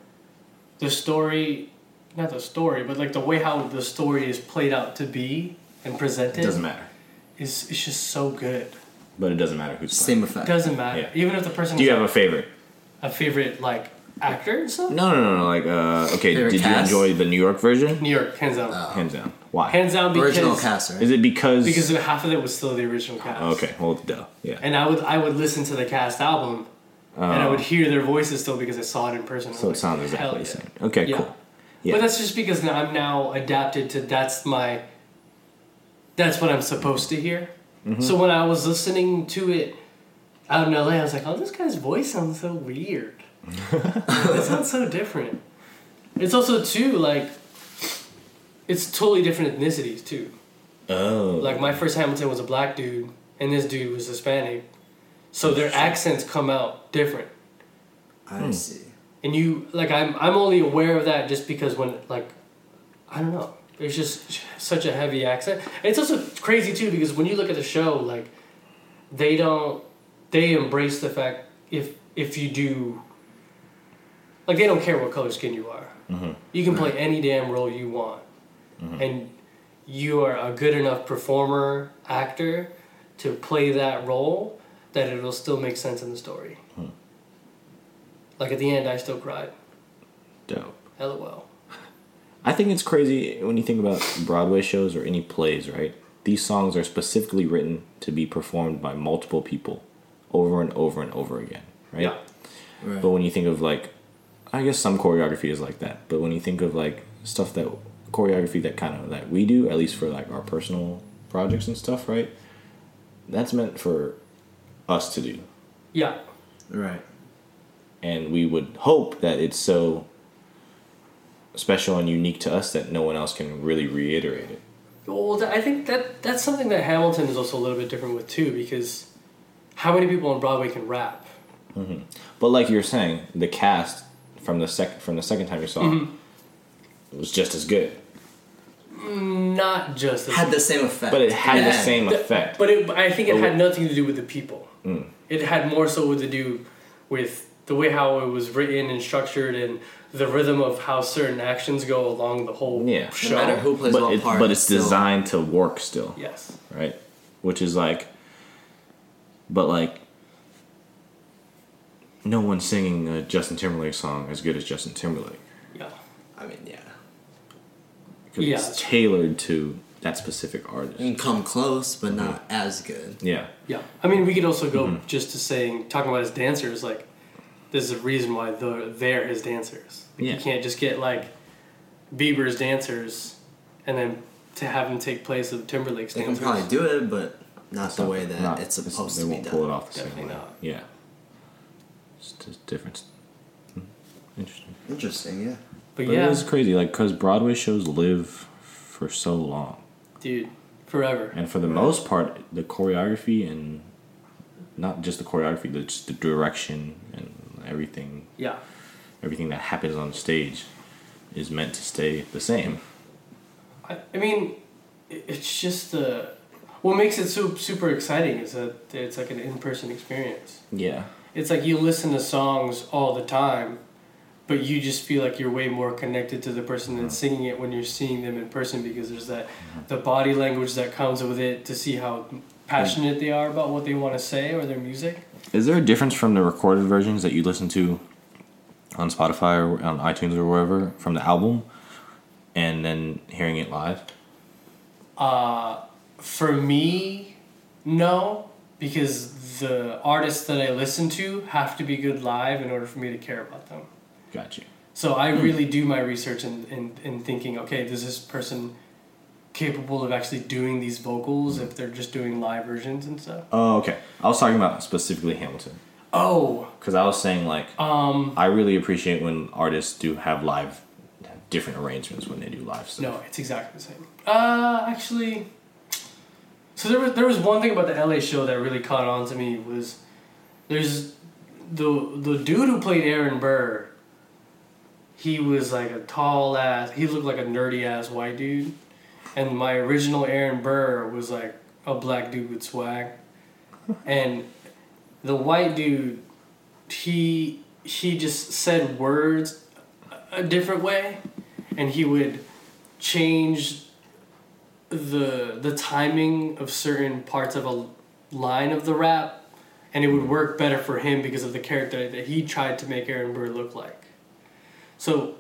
The story, not the story, but like the way how the story is played out to be and It presented doesn't matter. is it's just so good. But it doesn't matter who's playing. Same effect. Doesn't matter. Yeah. Even if the person Do you is have a favorite? a favorite like actor and stuff. No, no, no, no. Like, uh, okay, Favorite did cast? you enjoy the New York version? New York, hands down. Hands down. Why? hands down because Original cast, right? Oh. Is it because? Oh, because half of it was still the original cast. okay, well, duh. Yeah. and I would I would listen to the cast album, and I would hear their voices still because I saw it in person. I Oh. so it was sounds like, exactly "Hell the yeah." same. Okay, Yeah. cool. Yeah. But that's just because now- I'm now adapted to that's my that's what I'm supposed to hear. Mm-hmm. So when I was listening to it out in LA, I was like, "Oh, this guy's voice sounds so weird. it sounds so different." It's also too like it's totally different ethnicities too. oh. Like my first Hamilton was a black dude, and this dude was Hispanic, so their accents come out different. I Hmm. see. And you like I'm I'm only aware of that just because when like I don't know, there's just such a heavy accent. And it's also crazy too because when you look at the show, like they don't they embrace the fact if if you do like they don't care what color skin you are. You can play any damn role you want, and you are a good enough performer actor to play that role that it'll still make sense in the story. Like at the end, I still cried. Dope. LOL. I think it's crazy when you think about Broadway shows or any plays, right? These songs are specifically written to be performed by multiple people over and over and over again, right? Yeah. Right. But when you think of like, I guess some choreography is like that. But when you think of like stuff that choreography that kind of that we do, at least for like our personal projects and stuff, right? That's meant for us to do, Yeah. right. and we would hope that it's so special and unique to us that no one else can really reiterate it. Well, th- I think that that's something that Hamilton is also a little bit different with too, because how many people on Broadway can rap? But like you were saying, the cast from the sec from the second time you saw Mm-hmm. it was just as good, Not just as Had the same effect. but it had the Yeah. same Th- effect. But it, I think it But had nothing to do with the people. It had more so to do with the way how it was written and structured and the rhythm of how certain actions go along the whole Yeah. No show. No matter who plays but, what it, part. but it's still- designed to work still, Yes. right? Which is like, but like, no one singing a Justin Timberlake song as good as Justin Timberlake Yeah. I mean, yeah. because Yeah, it's that's- tailored to that specific artist. You can come close, but not Mm-hmm. as good. Yeah, Yeah. I mean, we could also go just to saying talking about his dancers. Like, there's a reason why they're, they're his dancers. Like, Yeah. You can't just get like Bieber's dancers, and then to have them take place of Timberlake's They can dancers. probably do it, but not the way that Not- it's this- supposed they to be won't pull it done. off the same way. Definitely not. Yeah, it's just different. Hmm. Interesting. Interesting, yeah. But But it yeah, is crazy, like, because Broadway shows live for so long. dude, forever. And for the most part, the choreography and not just the choreography, the, just the direction and everything, Yeah. everything that happens on stage is meant to stay the same. I, I mean, it- it's just the. What makes it so super exciting is that it's like an in person experience. Yeah. It's like you listen to songs all the time, but you just feel like you're way more connected to the person that's singing it when you're seeing them in person because there's that the body language that comes with it to see how passionate they are about what they want to say or their music. Is there a difference from the recorded versions that you listen to on Spotify or on iTunes or wherever from the album and then hearing it live? Uh, For me, no, because the artists that I listen to have to be good live in order for me to care about them. Got you. So I really do my research and in, in, in thinking, okay, does this person capable of actually doing these vocals if they're just doing live versions and stuff? Oh, okay. I was talking about specifically Hamilton Oh, because I was saying like um, I really appreciate when artists do have live, have different arrangements when they do live stuff. no, it's exactly the same. Uh, actually, so there was there was one thing about the LA show that really caught on to me was there's the the dude who played Aaron Burr. He was like a tall ass. He looked like a nerdy ass white dude, and my original Aaron Burr was like a black dude with swag, and the white dude, he he just said words a a different way, and he would change the the timing of certain parts of a line of the rap and it would work better for him because of the character that he tried to make Aaron Burr look like. So,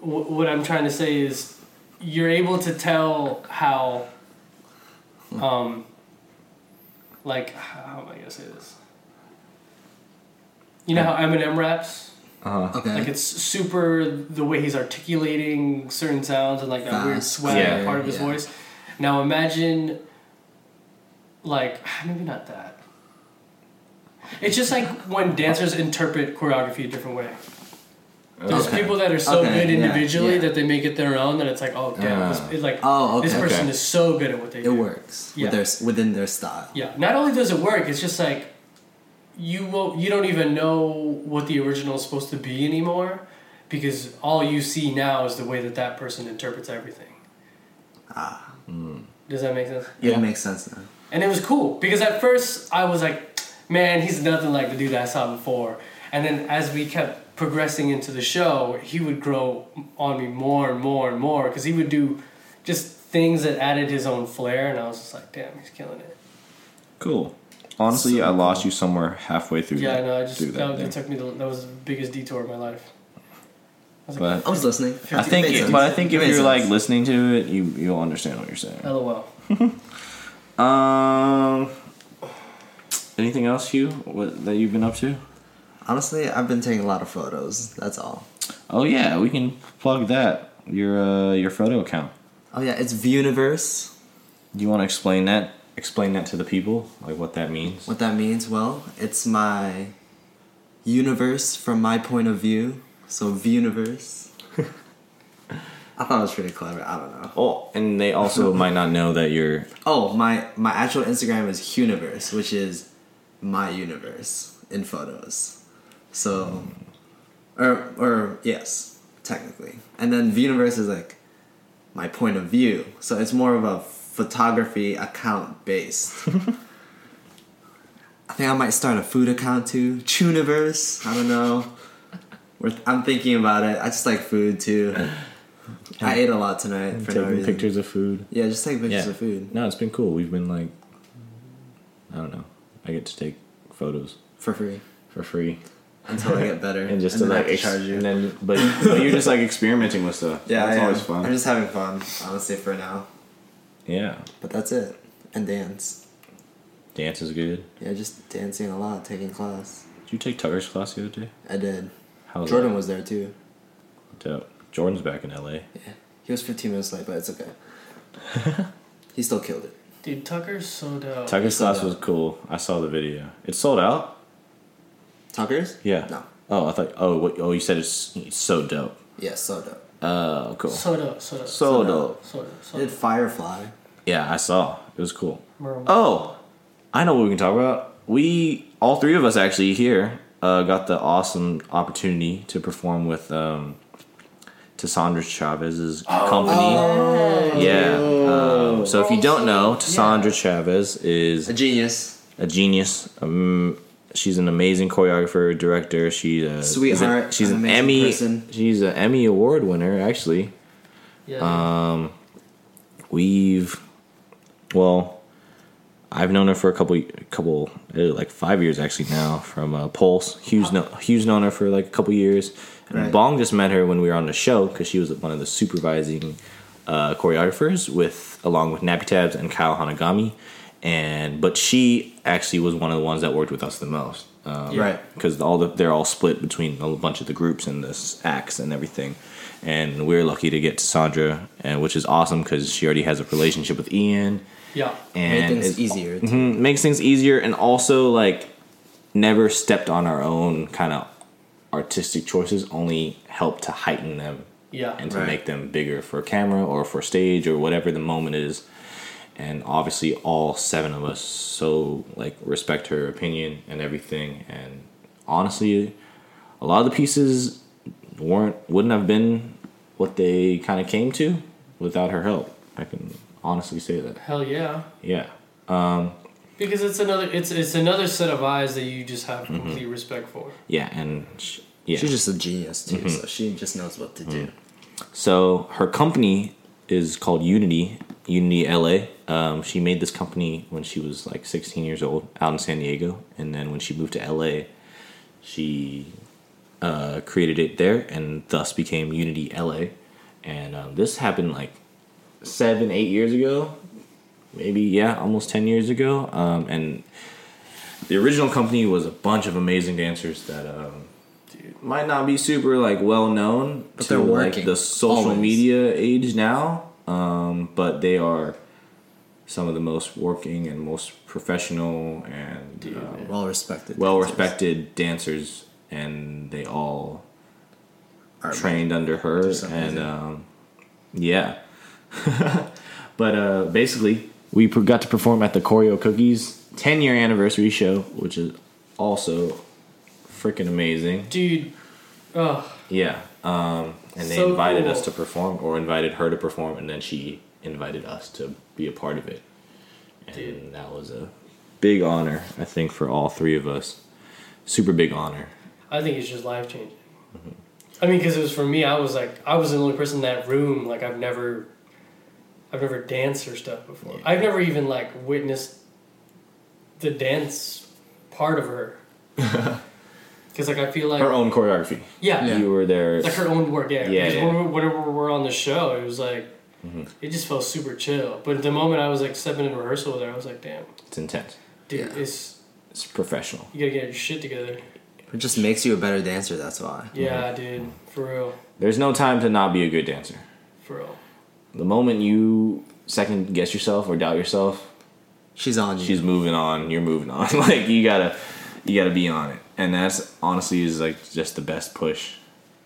w- what I'm trying to say is, you're able to tell how, um, like how am I gonna say this? You know how Eminem raps? Uh-huh. Okay. Like it's super the way he's articulating certain sounds and like that weird Fast, swag Yeah. part of his yeah. voice. Now imagine, like maybe not that. It's just like when dancers interpret choreography a different way. There's Okay. people that are so Okay, good yeah, individually yeah. that they make it their own. That it's like, oh damn, Ah. this, it, like Oh, okay. this person Okay. is so good at what they It do. works Yeah. with their, s- within their style. Yeah. Not only does it work, it's just like you won't you don't even know what the original is supposed to be anymore because all you see now is the way that that person interprets everything. Ah, Does that make sense? Yeah. it makes sense now. And it was cool because at first I was like, man, he's nothing like the dude I saw before. And then as we kept progressing into the show, he would grow on me more and more and more because he would do just things that added his own flair. And I was just like, damn, he's killing it. Cool. Honestly, So I lost you somewhere halfway through. Yeah, I that, know. I just through that, that, thing. took me. The, that was the biggest detour of my life. I was But- like, I was listening. I think, Made it, sense. but I think It if made you're like sense. listening to it, you you'll understand what you're saying. lol. Uh, Um, anything else, Hugh? What that you've been up to? honestly, I've been taking a lot of photos. That's all. Oh yeah, we can plug that your uh, your photo account. Oh yeah, it's Vuniverse. Do you want to explain that? Explain that to the people, like what that means. What that means? Well, it's my universe from my point of view. So Vuniverse. I thought it was pretty clever. I don't know. Oh, and they also might not know that you're. Oh, my my actual Instagram is Huniverse, which is my universe in photos. So, or or yes, technically, and then Vuniverse is like my point of view. So it's more of a photography account based. I think I might start a food account too. Chuniverse. I don't know. We're, I'm thinking about it. I just like food too. I ate a lot tonight for no Taking reason. pictures of food. Yeah, just take pictures Yeah. of food No, it's been cool. We've been like, I don't know. I get to take photos for free. for free, until I get better. and just to then I like have ex- charge you. and then but, but you're just like experimenting with stuff. yeah, that's I am. always fun. I'm just having fun, honestly, for now. yeah, But that's it. And dance. dance is good. Yeah, just dancing a lot, taking class. Did you take Tucker's class the other day? I did. How was Jordan that? was there too. Dope. Jordan's back in LA. Yeah, he was 15 minutes late, but it's okay. he still killed it. Dude, Tucker's so dope. Tucker's sold class out. was cool. I saw the video. It sold out. Tuckers? Yeah. No. Oh, I thought. Oh, what, oh, you said it's, it's so dope. Yeah, so dope. Oh, cool. So, so dope. So dope. dope. so dope. I So did dope. Firefly. Yeah, I saw. It was cool. Merle. Oh, I know what we can talk about. We all three of us actually here uh, got the awesome opportunity to perform with um, Tassandra Chavez's Oh. company. Yeah. Um, so if you don't know, Tassandra Chavez is A genius. a genius. Um, she's an amazing choreographer, director. She uh, is a- Sweetheart, she's an an amazing Emmy. person. She's an Emmy award winner. Actually, Yeah. uh, we've well, I've known her for a couple, couple, eh, like five years actually now from uh, Pulse. Hugh's, no, Hugh's known her for like a couple years, and Right. Bong just met her when we were on the show because she was one of the supervising uh, choreographers with along with Nappy Tabs and Kyle Hanagami, and but she actually was one of the ones that worked with us the most. Right. because all the they're all split between a bunch of the groups and this acts and everything. And we're lucky to get to Sandra, and which is awesome because she already has a relationship with Ian, Yeah. and things it's- easier, too. Mhm, makes things easier, and also like never stepped on our own kind of artistic choices. Only helped to heighten them Yeah. and to Right. make them bigger for camera or for stage or whatever the moment is. And obviously, all seven of us so like respect her opinion and everything. And honestly, a lot of the pieces weren't wouldn't have been what they kind of came to without her help. I can honestly say that. Hell yeah. Yeah, Because it's another it's it's another set of eyes that you just Mm-hmm. have complete respect for. yeah, and sh yeah. Mm-hmm. She's just a genius too, so she just knows what to do. So her company is called Unity, Unity LA. Um, she made this company when she was like 16 years old out in San Diego. And then when she moved to LA, she uh, created it there and thus became Unity LA. And um, this happened like seven, eight years ago, maybe, yeah, almost 10 years ago. Um, and the original company was a bunch of amazing dancers that um, might not be super like well known but they're like working, the social always. media age now. Um, but they are some of the most working and most professional and um, Well respected. well respected dancers, and they all trained under her. some And reason. um, yeah, but uh, basically, we per- got to perform at the Choreo Cookies 10 year anniversary show, which is also freaking amazing. Dude, oh Yeah, um, and they So invited cool. us to perform, or invited her to perform, and then she invited us to be a part of it. And Dude. that was a big honor, I think, for all three of us. Super big honor. I think it's just life changing. I mean, because it was for me. I was like, I was the only person in that room. Like, I've never, I've never danced or stuff before. Yeah. I've never even like witnessed the dance part of her. Because like I feel like Her own choreography. yeah, Yeah. You were there. like her own work. Yeah, Yeah, Because yeah. Mm-hmm. When we, whenever we were on the show, it was like it just felt super chill. But the moment I was like stepping in rehearsal with her, I was like, damn, It's intense. dude, Yeah. it's It's professional. you gotta get your shit together. Mm-hmm. It just makes you a better dancer, that's why. Yeah, dude, for real, There's no time to not be a good dancer. for real. The moment you second guess yourself or doubt yourself, She's on you. she's moving on. You're moving on. like you gotta, you gotta be on it. And that's honestly is like just the best push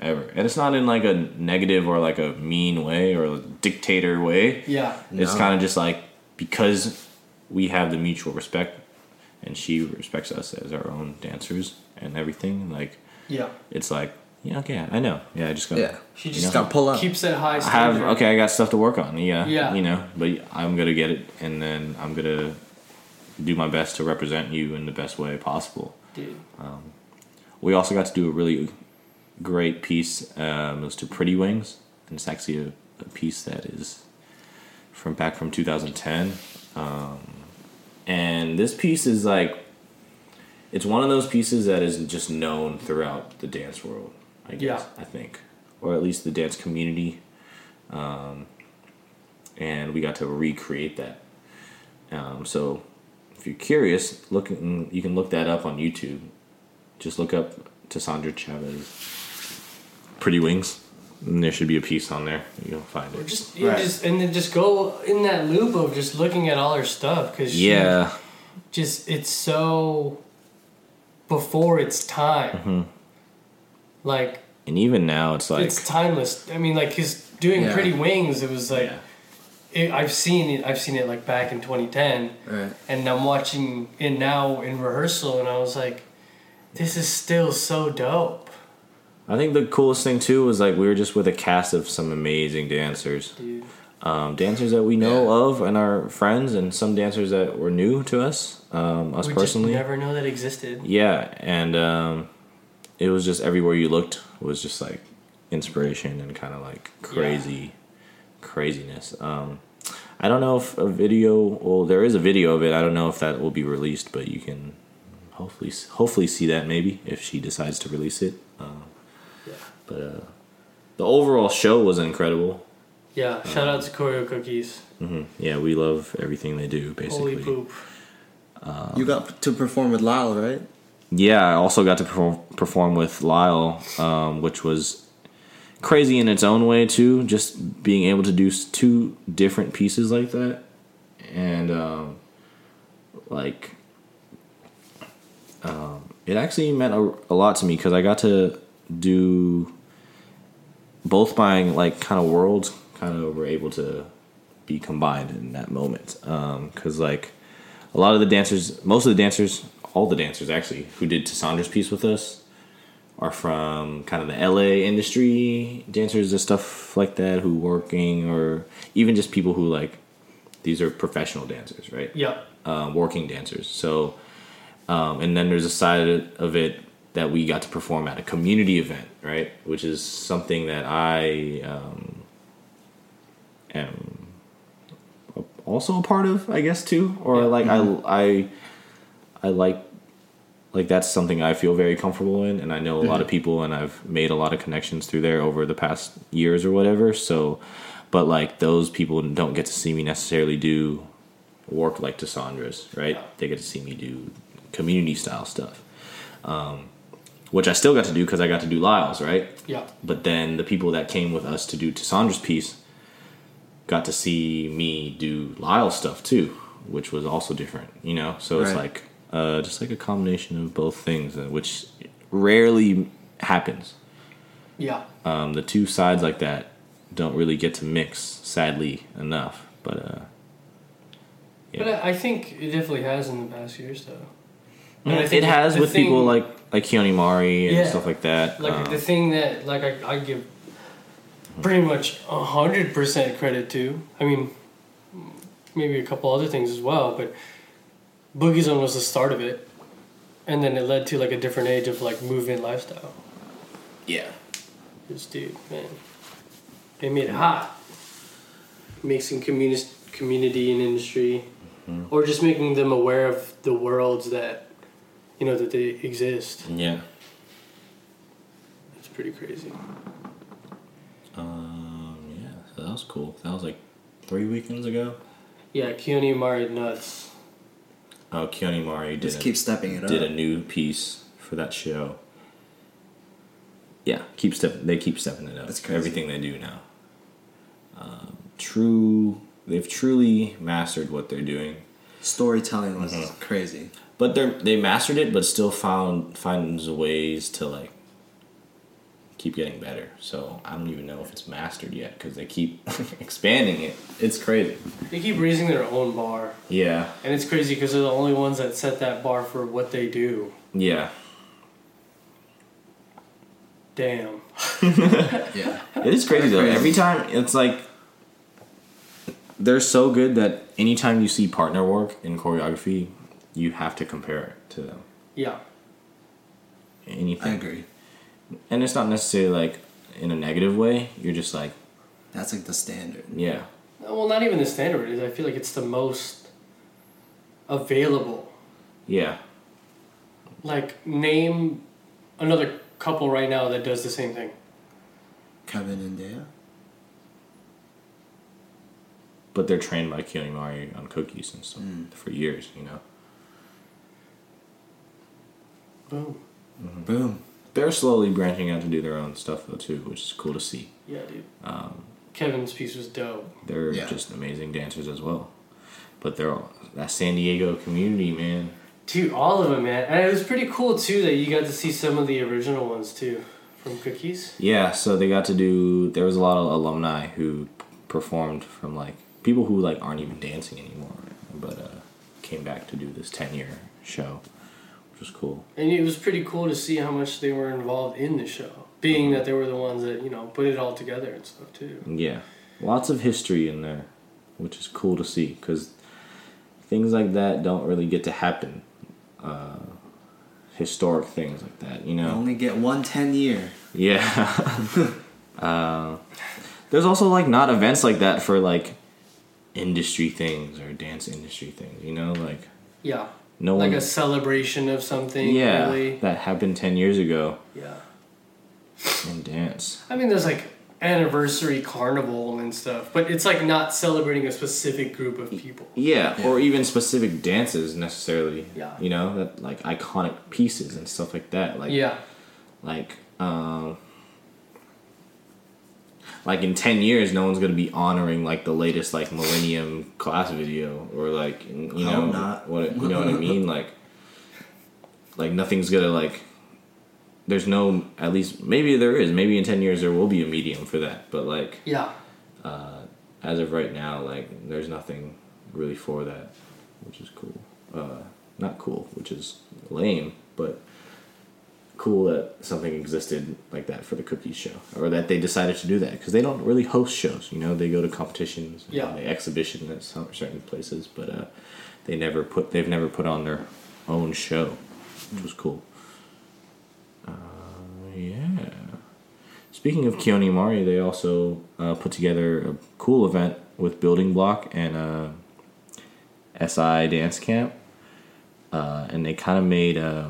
ever. And it's not in like a negative or like a mean way or a dictator way. Yeah, It's No. kind of just like because we have the mutual respect, and she respects us as our own dancers and everything. Like yeah. it's like yeah, okay, I know. Yeah, I just gotta. yeah. She You just know? Gotta pull up. keeps that high I standard. have okay. I got stuff to work on. Yeah, Yeah. You know, but I'm gonna get it, and then I'm gonna do my best to represent you in the best way possible. Dude, We also got to do a really great piece. Um, it was to Pretty Wings, and it's actually a, a piece that is from back from 2010. Um, and this piece is like, it's one of those pieces that is just known throughout the dance world. I guess Yeah. I think, or at least the dance community. Um, and we got to recreate that. Um, so, if you're curious, look you can look that up on YouTube just look up Tassandra Chavez Pretty Wings. And there should be a piece on there. You'll find or it. just you Right. just and then just go in that loop of just looking at all her stuff because Yeah. just it's so before its time. Like And even now it's Mm-hmm. like it's timeless. I mean, like his doing Yeah. Pretty Wings, it was like yeah. it, I've seen it. I've seen it like back in 2010. Right. and I'm watching it now in rehearsal, and I was like, "This is still so dope, I think the coolest thing too was like we were just with a cast of some amazing dancers. dude." Um, dancers that we know Yeah. of and our friends and some dancers that were new to us, um, us We personally. just never know that existed. Yeah, and um, it was just everywhere you looked was just like inspiration and kind of like crazy craziness. Um, I don't know if a video. Well, there is a video of it. I don't know if that will be released, but you can hopefully hopefully see that maybe if she decides to release it. Um, But uh, the overall show was incredible. Yeah, shout out to Choreo Cookies. Yeah, we love everything they do. Basically, Holy poop! you got to perform with Lyle, right? yeah, I also got to perform, perform with Lyle, um, which was crazy in its own way too. Just being able to do s- two different pieces like that, and um, like um, it actually meant a, a lot to me because I got to do both my like kind of worlds kind of were able to be combined in that moment because like a lot of the dancers, most of the dancers, all the dancers actually, who did Tassandra's piece with us, are from kind of the LA industry dancers and stuff like that who working or even just people who like these are professional dancers, right? Yeah. uh, working dancers. So, um, and then there's a side of it that we got to perform at a community event, right? Which is something that I um, am also a part of, I guess, too. Or like I, I, I like. Like that's something I feel very comfortable in, and I know a lot of people, and I've made a lot of connections through there over the past years or whatever. So, but like those people don't get to see me necessarily do work like Tassandra's, right? They get to see me do community style stuff, um, which I still got to do because I got to do Lyle's, right? Yeah. But then the people that came with us to do Tassandra's piece got to see me do Lyle's stuff too, which was also different, you know? So it's Right. like uh, just like a combination of both things, uh, which rarely happens. Yeah. Um, the two sides like that don't really get to mix, sadly enough. But uh, But I, I think it definitely has in the past years, though. And I think it has the with people thing- like like Keone Mari and Yeah. stuff like that. like um, the thing that like I, I give pretty much hundred percent credit to. I mean, maybe a couple other things as well, but Boogie Zone was the start of it, and then it led to like a different age of like move-in lifestyle. yeah, This dude, man, they made it hot, mixing communist community and industry, or just making them aware of the worlds that you know that they exist. yeah. It's pretty crazy. Um, yeah, so that was cool. That was like three weekends ago. Yeah, Keone Mari nuts. Oh, Keone Mari did Just a, keep stepping it up. did a new piece for that show. Yeah, keep step. They keep stepping it up. That's crazy. Everything they do now. Um, true, they've truly mastered what they're doing. Storytelling was Mm-hmm. crazy. but they they mastered it, but still found finds ways to like keep getting better. So I don't even know if it's mastered yet because they keep expanding it. It's crazy. They keep raising their own bar, Yeah, and it's crazy because they're the only ones that set that bar for what they do. yeah. Damn. Yeah. It is crazy though. Every time it's like they're so good that anytime you see partner work in choreography, you have to compare it to them. Yeah. Anything, I agree. and it's not necessarily like in a negative way. You're just like, That's like the standard. yeah, Well, not even the standard is. I feel like it's the most available. yeah, Like name another couple right now that does the same thing. Kevin and Dea. but they're trained by Mari on cookies and Mm. stuff for years, you know. Boom. Boom. They're slowly branching out to do their own stuff though too, which is cool to see. Um, Yeah, dude. Kevin's piece was dope. They're Yeah. just amazing dancers as well. But they're all that San Diego community, man. Dude, all of them, man. And it was pretty cool too that you got to see some of the original ones too from Cookies. Yeah, so they got to do there was a lot of alumni who performed from like people who like aren't even dancing anymore, but uh came back to do this 10-year show, which was cool. And it was pretty cool to see how much they were involved in the show, being that they were the ones that you know put it all together and stuff too. Yeah, lots of history in there, which is cool to see because things like that don't really get to happen. Uh, historic things like that, you You know. only get one 10 year. Mm-hmm. Yeah. uh, there's also like not events like that for like industry things or dance industry things, you know, like Yeah. no like one. a celebration of something. yeah, Really. that happened ten years ago Yeah. in dance. I mean, there's like anniversary carnival and stuff, but it's like not celebrating a specific group of people. Yeah, or even specific dances necessarily. Yeah. You know, that like iconic pieces and stuff like that. Like Yeah, like um like in 10 years no one's going to be honoring like the latest like millennium class video or like you know Hope not. what you know what I mean like like nothing's going to like there's no at least maybe there is maybe in 10 years there will be a medium for that but like yeah, Uh, as of right now, like there's nothing really for that, which is cool. Uh, not cool, which is lame, but cool that something existed like that for the cookies show, or that they decided to do that because they don't really host shows. You know, they go to competitions, and Yeah. they exhibition at some certain places, but uh, they never put they've never put on their own show, which was cool. Uh, yeah. Speaking of Keone Mari, they also uh, put together a cool event with Building Block and uh, SI Dance Camp, uh, and they kind of made uh,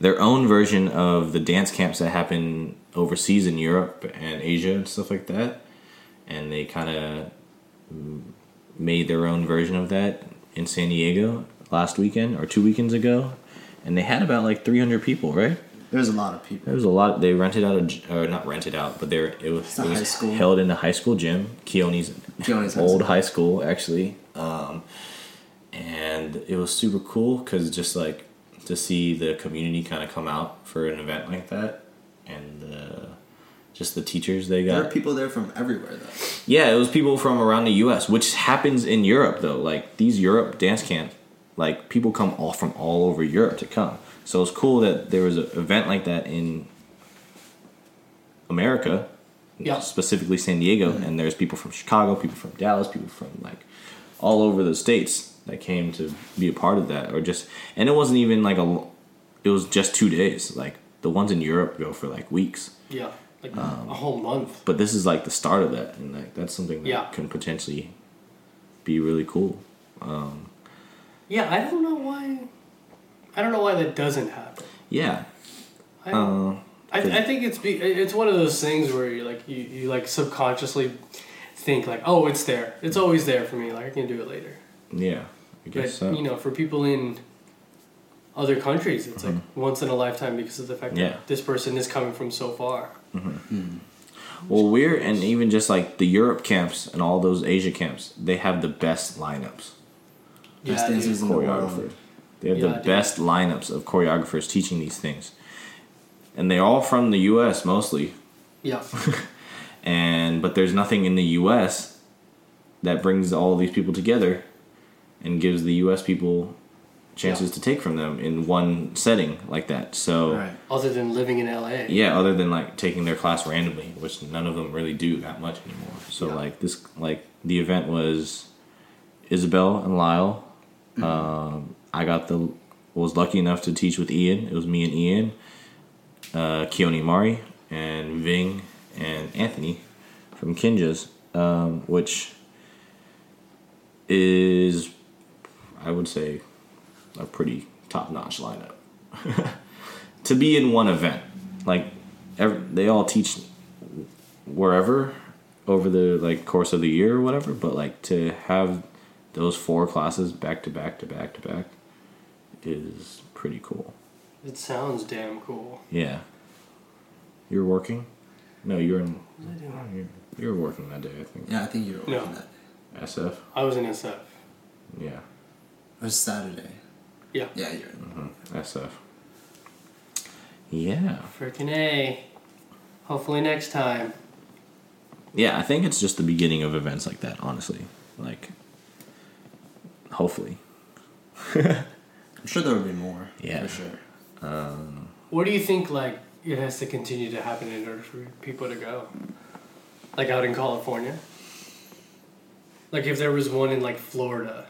their own version of the dance camps that happen overseas in Europe and Asia and stuff like that, and they kind of made their own version of that in San Diego last weekend or two weekends ago, and they had about like three hundred people, right? There's a lot of There people. was a lot. They rented out a, gy- or not rented out, but there it was, a it was high school. held in a high school gym, Keone's Keone's high old school. high school, actually. Um, and it was super cool because just like to see the community kind of come out for an event like that, and uh, just the teachers they There are got. people there from everywhere though. Yeah, it was people from around the U.S., which happens in Europe though. Like these Europe dance camps, like people come all from all over Europe to come. So it's cool that there was an event like that in America, Yeah. specifically San Diego, and there's people from Chicago, people from Dallas, people from like all over the states that came to be a part of that, or just and it wasn't even like a, l- it was just two days. Like the ones in Europe go for like weeks yeah, like a whole month. but this is like the start of that, and like that's something that Yeah. can potentially be really cool. Yeah, I don't know why. I don't know why that doesn't happen. Yeah, uh, I, I, I think it's be, it's one of those things where you like you, you like subconsciously think like oh it's there it's always there for me like I can do it later. yeah, I But guess so. you know, for people in other countries, it's like once in a lifetime because of the fact Yeah. that this person is coming from so far. well, we're and even just like the Europe camps and all those Asia camps, they have the best lineups, Best dude. dancers in the choreographers. world. They have Yeah, the dude. best lineups of choreographers teaching these things, and they're all from the U.S. mostly. Yeah, and but there's nothing in the U.S. that brings all these people together and gives the U.S. people chances Yeah. to take from them in one setting like that. So Right. other than living in LA. yeah, other than like taking their class randomly, which none of them really do that much anymore. So Yeah. like this, like the event was Isabel and Lyle. Um, I got the was lucky enough to teach with Ian. It was me and Ian, uh, Keone Mari, and Ving and Anthony from Kinja's, um, which is I would say a pretty top notch lineup to be in one event. Like ev they all teach wherever over the like course of the year or whatever, but like to have those four classes back to back to back to back is pretty cool. it sounds damn cool. Yeah. You're working? No, you're in you're- you're working that day, I think. Yeah, I think you were No. working that. SF? I was in SF. Yeah. It was Saturday. Yeah, Yeah, you're. SF. Yeah. freaking a. Hopefully next time. yeah, I think it's just the beginning of events like that, honestly. Like, hopefully. I'm sure there will be more. Yeah. for sure. Um, What do you think? Like it has to continue to happen in order for people to go, like out in California. Like if there was one in like Florida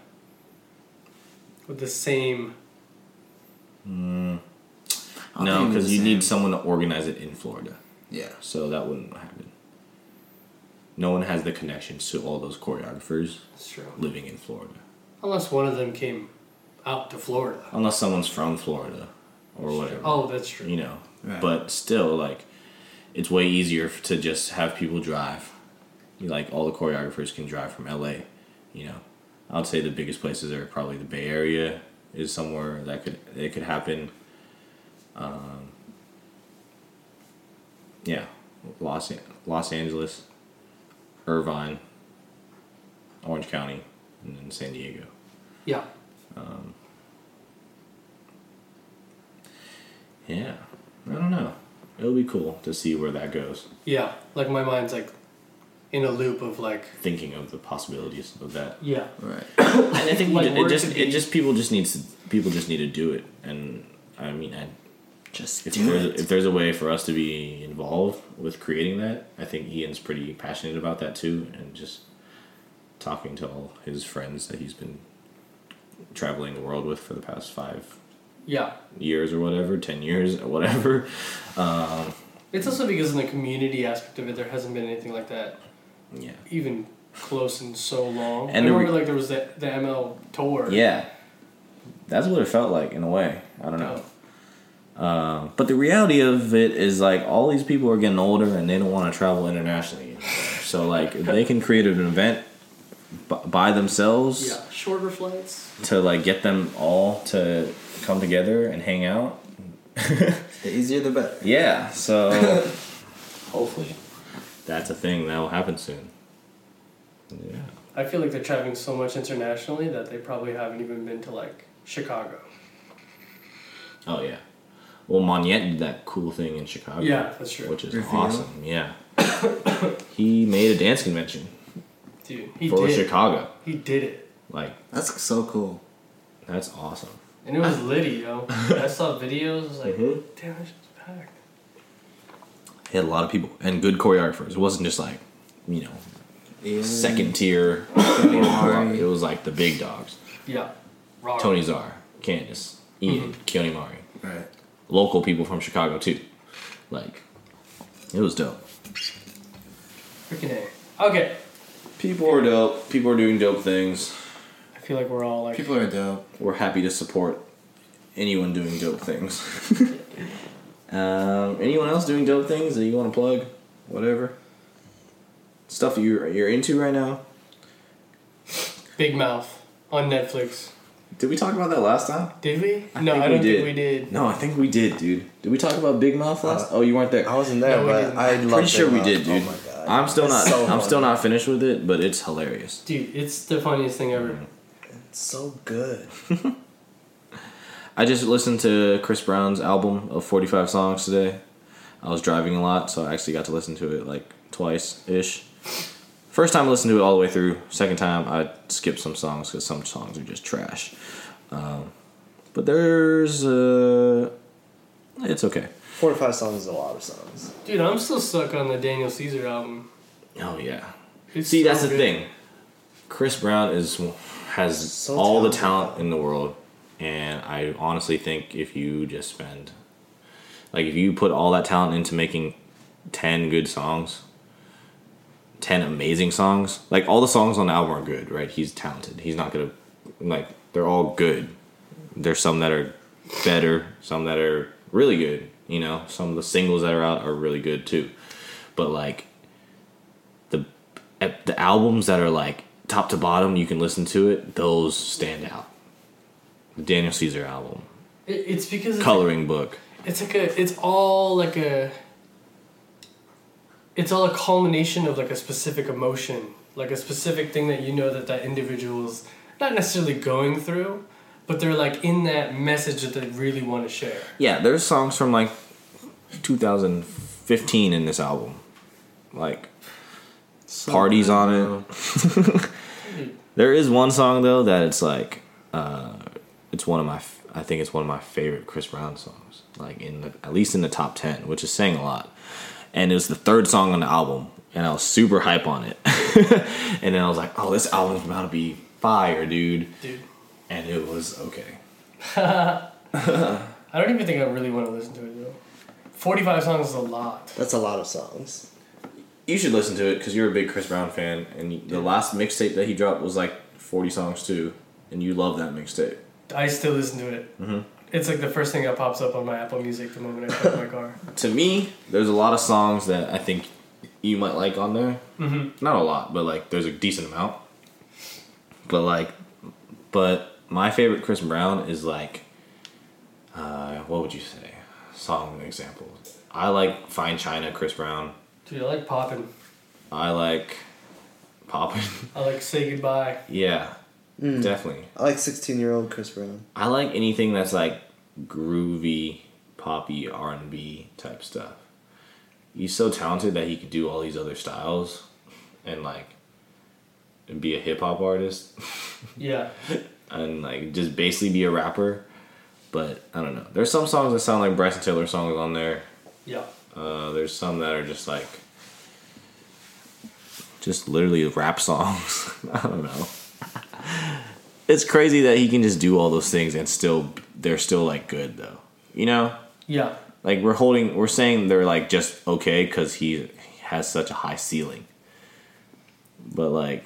with the same mm, I'll No, think it was because the you need same. someone to organize it in Florida, Yeah. so that wouldn't happen. No one has the connections to all those choreographers That's true. living in Florida, Unless one of them came out to Florida. unless someone's from Florida or whatever. Oh, that's true. you know. Right. But still, like, it's way easier f- to just have people drive. You know, Like all the choreographers can drive from LA, you know. I'd say the biggest places are probably the Bay Area is somewhere that could it could happen. Um, yeah, Los An- Los Angeles, Irvine, Orange County, and then San Diego. Yeah. Yeah, I don't know. It'll be cool to see where that goes. Yeah. Like my mind's like in a loop of like Thinking of the possibilities of that. yeah. Right. And I think Like, it, where it just could it be- just people just needs to, people just need to do it. And I mean, I, Just if do there's it. if there's a way for us to be involved with creating that, I think Ian's pretty passionate about that too. And just talking to all his friends that he's been traveling the world with for the past five Yeah. years or whatever, ten years or whatever. It's also because in the community aspect of it there hasn't been anything like that Yeah. even close in so long. And I the re- remember like there was that the ML tour. Yeah. That's what it felt like in a way. I don't Uh, know. Um, but the reality of it is like all these people are getting older and they don't want to travel internationally. anymore. so like if they can create an event b- by themselves Yeah. Shorter flights. to like get them all to come together and hang out. The easier, the better. Yeah. So hopefully that's a thing that will happen soon. Yeah. I feel like they're traveling so much internationally that they probably haven't even been to like Chicago. Oh yeah. Well, Monette did that cool thing in Chicago. Yeah, that's true. Which is Reveal. awesome. Yeah. he made a dance convention Dude, he for did. Chicago. He did it. Like That's so cool. that's awesome. And it was lit, yo. I saw videos, I was like, Mhm. damn, this shit's packed. He had a lot of people and good choreographers. It wasn't just like you know Ian, second tier. Tony Mari. it was like the big dogs: Yeah. Raw. Tony Czar, Candace, Ian, Keone Mari, Right. local people from Chicago too. Like it was dope. Freaking A. Okay. People are dope. People are doing dope things. I feel like we're all like, People are dope. we're happy to support anyone doing dope things. um, anyone else doing dope things that you want to plug? Whatever stuff you're you're into right now. Big Mouth on Netflix. Did we talk about that last time? Did we? no, think I we don't did. think we did. No, I think we did, dude. Did we talk about Big Mouth last? oh, you weren't there. Uh, I wasn't there, No, we but didn't. I love Pretty sure Big we Mouth. did, dude. Oh my god. I'm still not. It's so I'm still funny. not finished with it, but it's hilarious. Dude, it's the funniest thing ever. It's so good. I just listened to Chris Brown's album of 45 songs today. I was driving a lot, so I actually got to listen to it like twice ish. First time I listened to it all the way through. Second time I skipped some songs because some songs are just trash. Um, but there's uh, it's okay. Four to five songs is a lot of songs. Dude, I'm still stuck on the Daniel Caesar album. Oh yeah. It's See, so that's the good. thing. Chris Brown is has So all the talented. talent in the world, and I honestly think if you just spend, like, if you put all that talent into making ten good songs, ten amazing songs, like all the songs on the album are good, right? He's talented. He's not gonna, like, they're all good. There's some that are better, some that are really good. You know, some of the singles that are out are really good too, but like the at the albums that are like top to bottom you can listen to it those stand out the daniel caesar album It, it's because it's, coloring book it's like a, it's all like a, it's all a culmination of like a specific emotion, like a specific thing that you know that that individual's not necessarily going through, but they're like in that message that they really want to share. yeah there's songs from like 2015 in this album like So parties good, on it bro. There is one song though that it's like, uh, it's one of my, f- I think it's one of my favorite Chris Brown songs. Like in the, at least in the top ten, which is saying a lot. And it was the third song on the album, and I was super hype on it. and then I was like, oh, this album's about to be fire, dude. Dude, And it was okay. I don't even think I really want to listen to it though. Forty-five songs is a lot. That's a lot of songs. You should listen to it because you're a big Chris Brown fan, and the last mixtape that he dropped was like forty songs too, and you love that mixtape. Mm-hmm. I still listen to it. It's like the first thing that pops up on my Apple Music the moment I start my car. to me, there's a lot of songs that I think you might like on there. Mm-hmm. Not a lot, but like there's a decent amount. But like, but my favorite Chris Brown is like, uh, what would you say? Song example. I like Fine China, Chris Brown. Dude, I like popping. I like Poppin'. I like say goodbye. yeah, definitely. I like 16 year old Chris Brown. I like anything that's like groovy, poppy, R and B type stuff. He's so talented that he could do all these other styles, and like, and be a hip hop artist, Yeah. and like just basically be a rapper. But I don't know. There's some songs that sound like Bryson Taylor songs on there. Yeah. Uh, there's some that are just like, just literally rap songs. I don't know. it's crazy that he can just do all those things and still they're still like good though. You know, Yeah. like we're holding, we're saying they're like just okay because he has such a high ceiling. But like,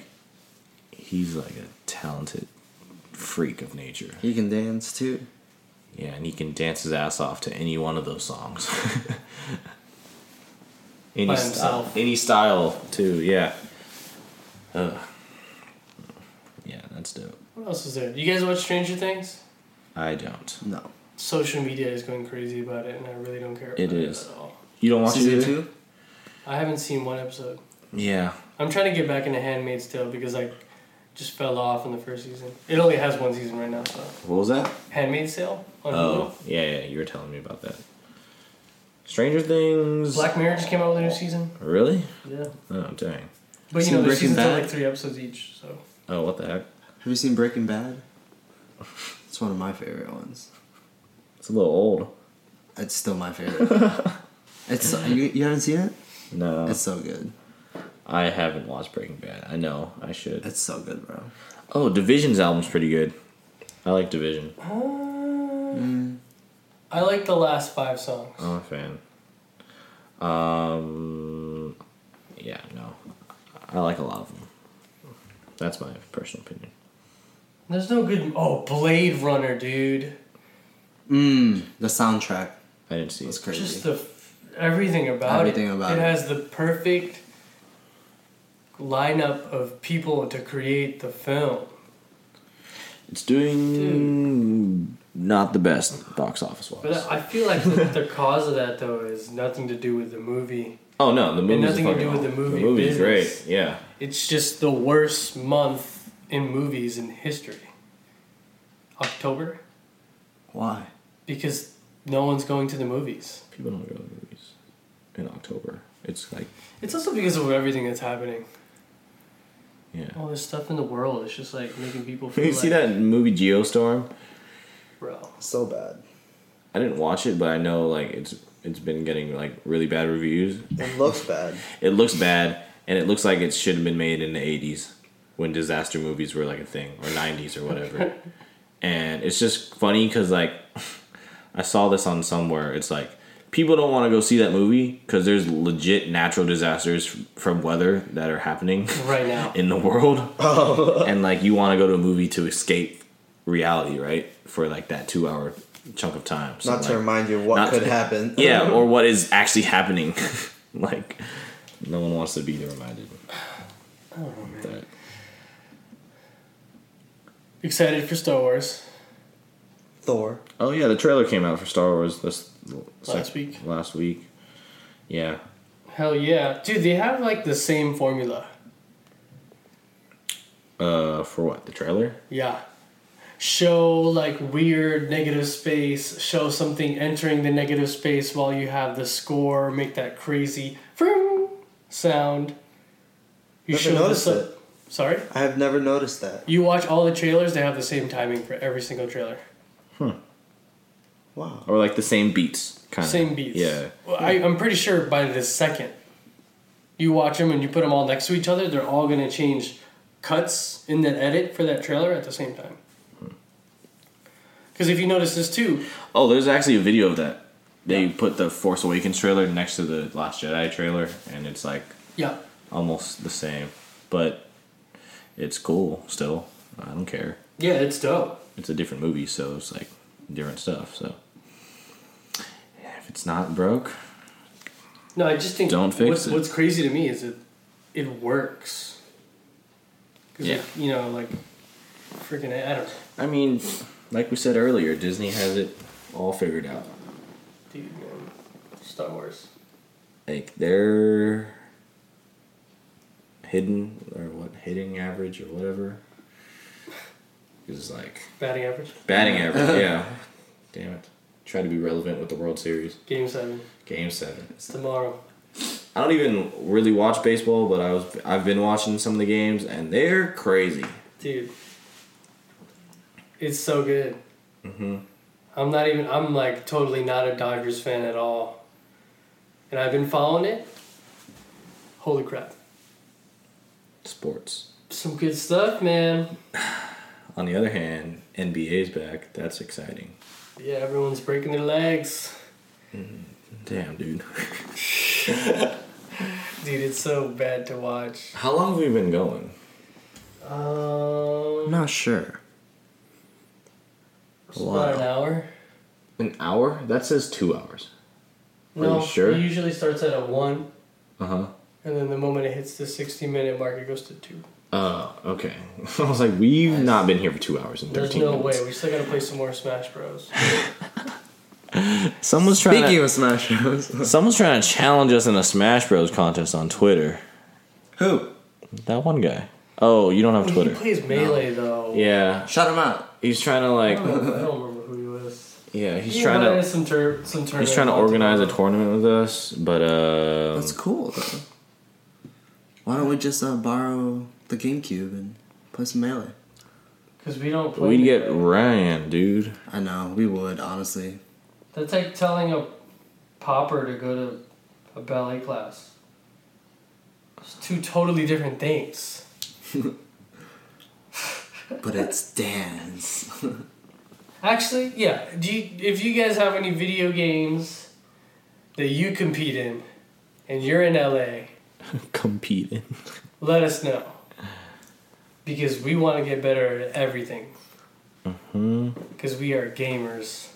he's like a talented freak of nature. He can dance too. Yeah, and he can dance his ass off to any one of those songs. any By style, himself. any style too. Yeah. Ugh. Yeah, that's dope. What else is there? You guys watch Stranger Things? I don't. No. Social media is going crazy about it, and I really don't care. About It it is. at all. You don't watch Season it? either? two? I haven't seen one episode. Yeah. I'm trying to get back into Handmaid's Tale because I just fell off in the first season. It only has one season right now, so What was that? Handmaid's Tale on Oh, Hulu. yeah, yeah. You were telling me about that. Stranger Things. Black Mirror just came out with a new season. Really? Yeah, Oh, dang. but you Seen know the Breaking seasons are Bad? like three episodes each, so Oh, what the heck? Have you seen Breaking Bad? It's one of my favorite ones. It's a little old. It's still my favorite. it's you, you haven't seen it? No, It's so good. I haven't watched Breaking Bad. I know I should. It's so good, bro. Oh, Division's album's pretty good. I like Division. Uh, Um, Mm. I like the last five songs. I'm a fan. Um, yeah, no, I like a lot of them. That's my personal opinion. There's no good. Oh, Blade Runner, dude. Mmm. The soundtrack I didn't see was it. crazy. Just the f- everything about it. Everything about it. it. has the perfect lineup of people to create the film. It's doing not the best box office But wise. I feel like the, the cause of that though is nothing to do with the movie. Oh no, the movie. nothing to do with the movie The movie's business. great. Yeah, It's just the worst month in movies in history. October, Why? because no one's going to the movies. people don't go to the movies in October. It's like It's also because of everything that's happening. yeah. All this stuff in the world is just like making people feel You see like, that movie Geostorm? bro. So bad. I didn't watch it, but I know like it's it's been getting like really bad reviews. It looks bad. It looks bad, and it looks like it should have been made in the '80s when disaster movies were like a thing, or '90s or whatever. and it's just funny because like I saw this on somewhere. It's like people don't want to go see that movie because there's legit natural disasters f- from weather that are happening Right now. in the world, and like you want to go to a movie to escape reality, right? For like that two-hour chunk of time. So, Not to like, remind you what not could to- happen. yeah, or what is actually happening. like, no one wants to be reminded of that. Excited for Star Wars. Thor. Oh yeah, the trailer came out for Star Wars this Last week. Last week, yeah. Hell yeah. Dude, they have like the same formula. Uh, for what the trailer? Yeah. Show like weird negative space, show something entering the negative space while you have the score, make that crazy vroom sound. You Never show noticed the, it. Sorry? I have never noticed that. You watch all the trailers, they have the same timing for every single trailer. Wow. Or like the same beats, kind of Same beats. Uh, Yeah, Well, I, I'm pretty sure by the second you watch them and you put them all next to each other, they're all going to change cuts in that edit for that trailer at the same time. Because if you notice this too, Oh, there's actually a video of that. They put the Force Awakens trailer next to the Last Jedi trailer, and it's like yeah, almost the same, but it's cool still. I don't care. yeah, it's dope. It's a different movie, so it's like different stuff. So if it's not broke, No, I just think Don't fix what's, it. What's crazy to me is it it works. 'Cause, Yeah. like, you know, like freaking I don't know, I mean, like we said earlier, Disney has it all figured out. dude. Man. Star Wars. Like their hidden or what hitting average or whatever is like Batting average. batting average. yeah, damn it. Try to be relevant with the World Series Game seven. game seven. It's tomorrow. I don't even really watch baseball, but I was I've been watching some of the games and they're crazy. Dude. It's so good. Mm-hmm. I'm not even I'm like totally not a Dodgers fan at all. And I've been following it. Holy crap. Sports. Some good stuff, man. On the other hand, NBA's back. That's exciting. Yeah, everyone's breaking their legs. Damn, dude. Dude, it's so bad to watch. How long have we been going? Um, not sure. it's about an hour. An hour? That says two hours. Are you No, sure? it usually starts at a one, Uh huh. and then the moment it hits the sixty-minute mark, it goes to two. Oh, okay. I was like, we've not been here for two hours and There's thirteen no minutes. way. We still gotta play some more Smash Bros. Someone's trying. Speaking To, of Smash Bros. someone's trying to challenge us in a Smash Bros contest on Twitter. Who? That one guy. Oh, you don't have He Twitter. plays melee though. Yeah, Shut him out. he's trying to I don't, like. know- I don't remember who he was. Yeah, he's He trying invited to. us some tur- some tournament He's trying to once organize a ago. tournament with us, but uh, That's cool though. Why don't we just uh, borrow the GameCube and play some melee? Cause we don't. Play we'd get melee. Ryan, dude. I know we would honestly. That's like telling a popper to go to a ballet class. It's two totally different things. But it's dance. Actually, yeah. Do you, if you guys have any video games that you compete in, and you're in LA, Competing. let us know. Because we want to get better at everything. Mm-hmm. Because we are gamers.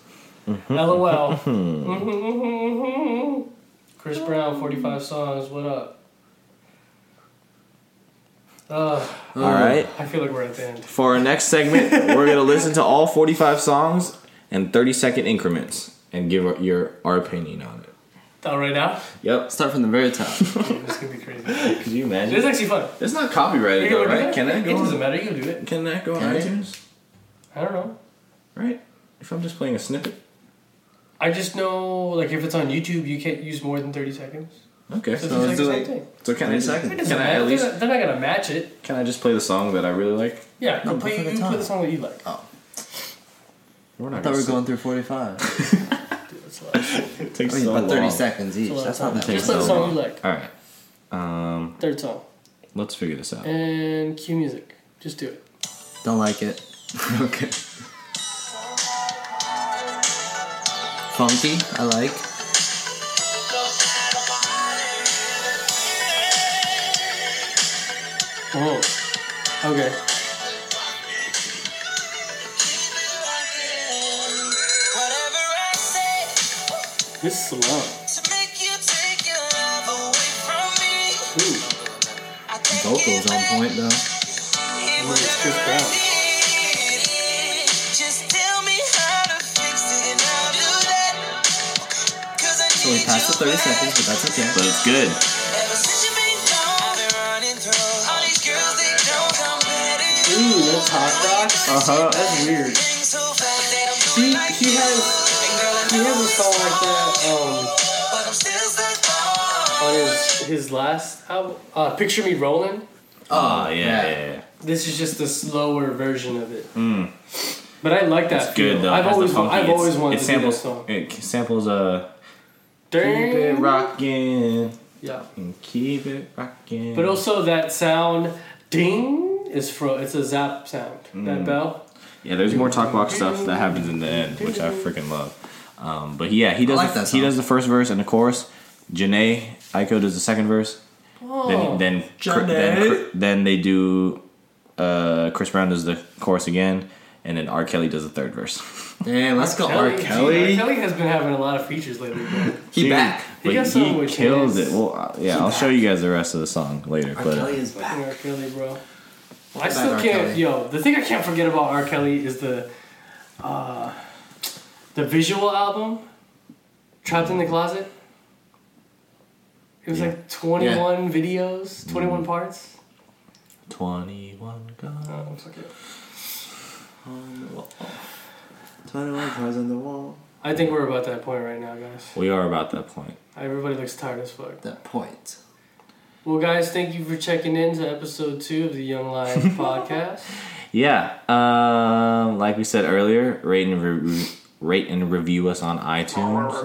LOL. Mm-hmm. Chris Brown, 45 songs. What up? Uh, All right. I feel like we're at the end. For our next segment, we're gonna listen to all 45 songs in 30 second increments and give our, your our opinion on it. Not right now. Yep. Start from the very top. Dude, this could be crazy. Could you It's imagine? actually fun. It's not You copyrighted though, can do right? it. Can that It go? doesn't On, matter. You can do it. can that go on Can it? iTunes? I don't know. Right. If I'm just playing a snippet. I just know, like, if it's on YouTube, you can't use more than 30 seconds. Okay. So So, it's like the it's just same like- thing. so can I 30 just, seconds. It can doesn't I matter. at They're least not- They're not gonna match it. can I just play the song that I really like? Yeah, No, you play, before the you play time. the song that you like. Oh, We're not. I thought gonna we were going through forty-five. Dude, that's a lot. Just It takes I mean, so about Oh, thirty long. seconds each. a lot That's of not time. that. Just Takes play the so song long. you like. All right. Um, Third song. let's figure this out. And cue music. Just do it. Don't like it. okay. Funky, I like. Oh. Okay. Whatever I say This is slow. to make you take your love away from me, Ooh. I take Vocals it on back. point though. Need Ooh, it's Chris whatever I Brown. need. Just tell me how to fix it and I'll do that. 'Cause I So we need passed the you thirty seconds, back. but that's okay. But it's good. Ever since you've been gone, I've been running through all these girls that don't compare to you. Ooh, that's hot rock. Uh huh. Uh-huh. That's weird. Things so fast that I'm He, doing like he you. has And girl, I he has know a song like that but I'm still stuck on. um, Oh, on his his last album, uh, Picture Me Rolling. Oh yeah. yeah, yeah. This is just the slower version of it. But I like that. It's feel. good though. I've It has the always funky- I've it's- always wanted it to samples, do that song. It samples uh. Keep it Dang. rockin' Yeah. and keep it rockin'. But also that sound ding is fro it's a zap sound. Mm. That bell. yeah, there's more talk box stuff that happens in the end, which I freaking love. Um, but yeah, he does like the, that he song. does the first verse and the chorus. Janae Aiko does the second verse. Oh. Then then cr- then, Janae. cr- then they do. Uh, Chris Brown does the chorus again, and then R. Kelly does the third verse. Damn, let's go Oh, R. Gee, Kelly. R. Kelly has been having a lot of features lately. bro. He Dude, back. He but got some he which kills is- it. Well, uh, yeah, He I'll back. show you guys the rest of the song later. R. but uh, Kelly is Fucking R. back. Kelly, bro. I Back still R. can't. Kelly. Yo, the thing I can't forget about R. Kelly is the, uh, the visual album, Trapped Mm. in the Closet. It was Yeah. like 21 videos, Mm. 21 parts. twenty-one guns. Oh, fuck it. Twenty-one cars on the wall. I think we're about that point right now, guys. We are about that point. Everybody looks tired as fuck. That point. Well, guys, thank you for checking in to episode two of the Young Lions podcast. Yeah. Um, like we said earlier, rate and re- rate and review us on iTunes.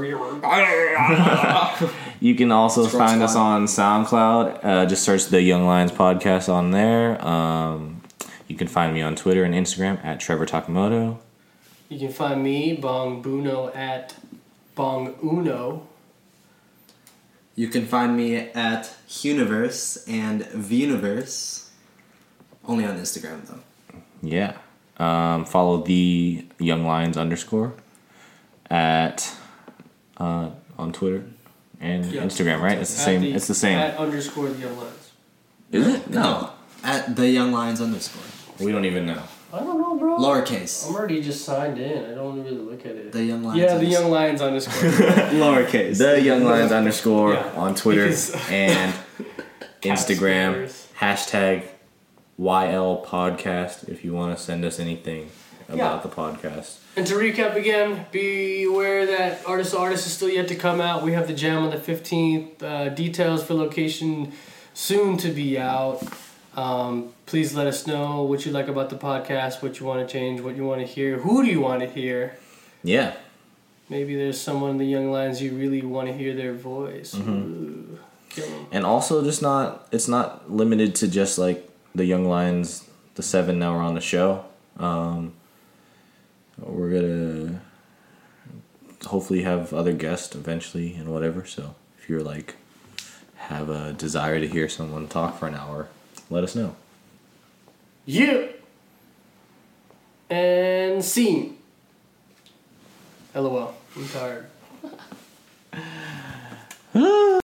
You can also Scroll find scroll. us on SoundCloud. Uh, just search the Young Lions podcast on there. Um, you can find me on Twitter and Instagram at Trevor Takamoto. You can find me, Bong Buno, at Bong Uno. You can find me at Huniverse and Vuniverse. Only on Instagram though. Yeah. Um, follow the Young Lions underscore at uh, on Twitter and Yeah. Instagram. Right? It's the At same. the- it's the same. At underscore the Young Lions. Is it? No. At the Young Lions underscore. We don't even know. I don't know, bro. I'm Lowercase. already just signed in. I don't really look at it. The Young Lions. yeah, the Young underscore. Lions underscore. lowercase. The Young Lions underscore Yeah. on Twitter Because- and Instagram. Casters. Hashtag YL Podcast if you want to send us anything about the podcast. and to recap again, be aware that Artist to Artist is still yet to come out. We have the jam on the 15th. Uh, details for location soon to be out. Um, please let us know what you like about the podcast, what you want to change, what you want to hear, who do you want to hear. Yeah. Maybe there's someone in the Young Lions you really want to hear their voice. Ooh, kill 'em. And also just not it's not limited to just like the Young Lions, the seven now are on the show. Um we're gonna hopefully have other guests eventually and whatever. So if you're like have a desire to hear someone talk for an hour, let us know. You and scene. LOL. I'm tired.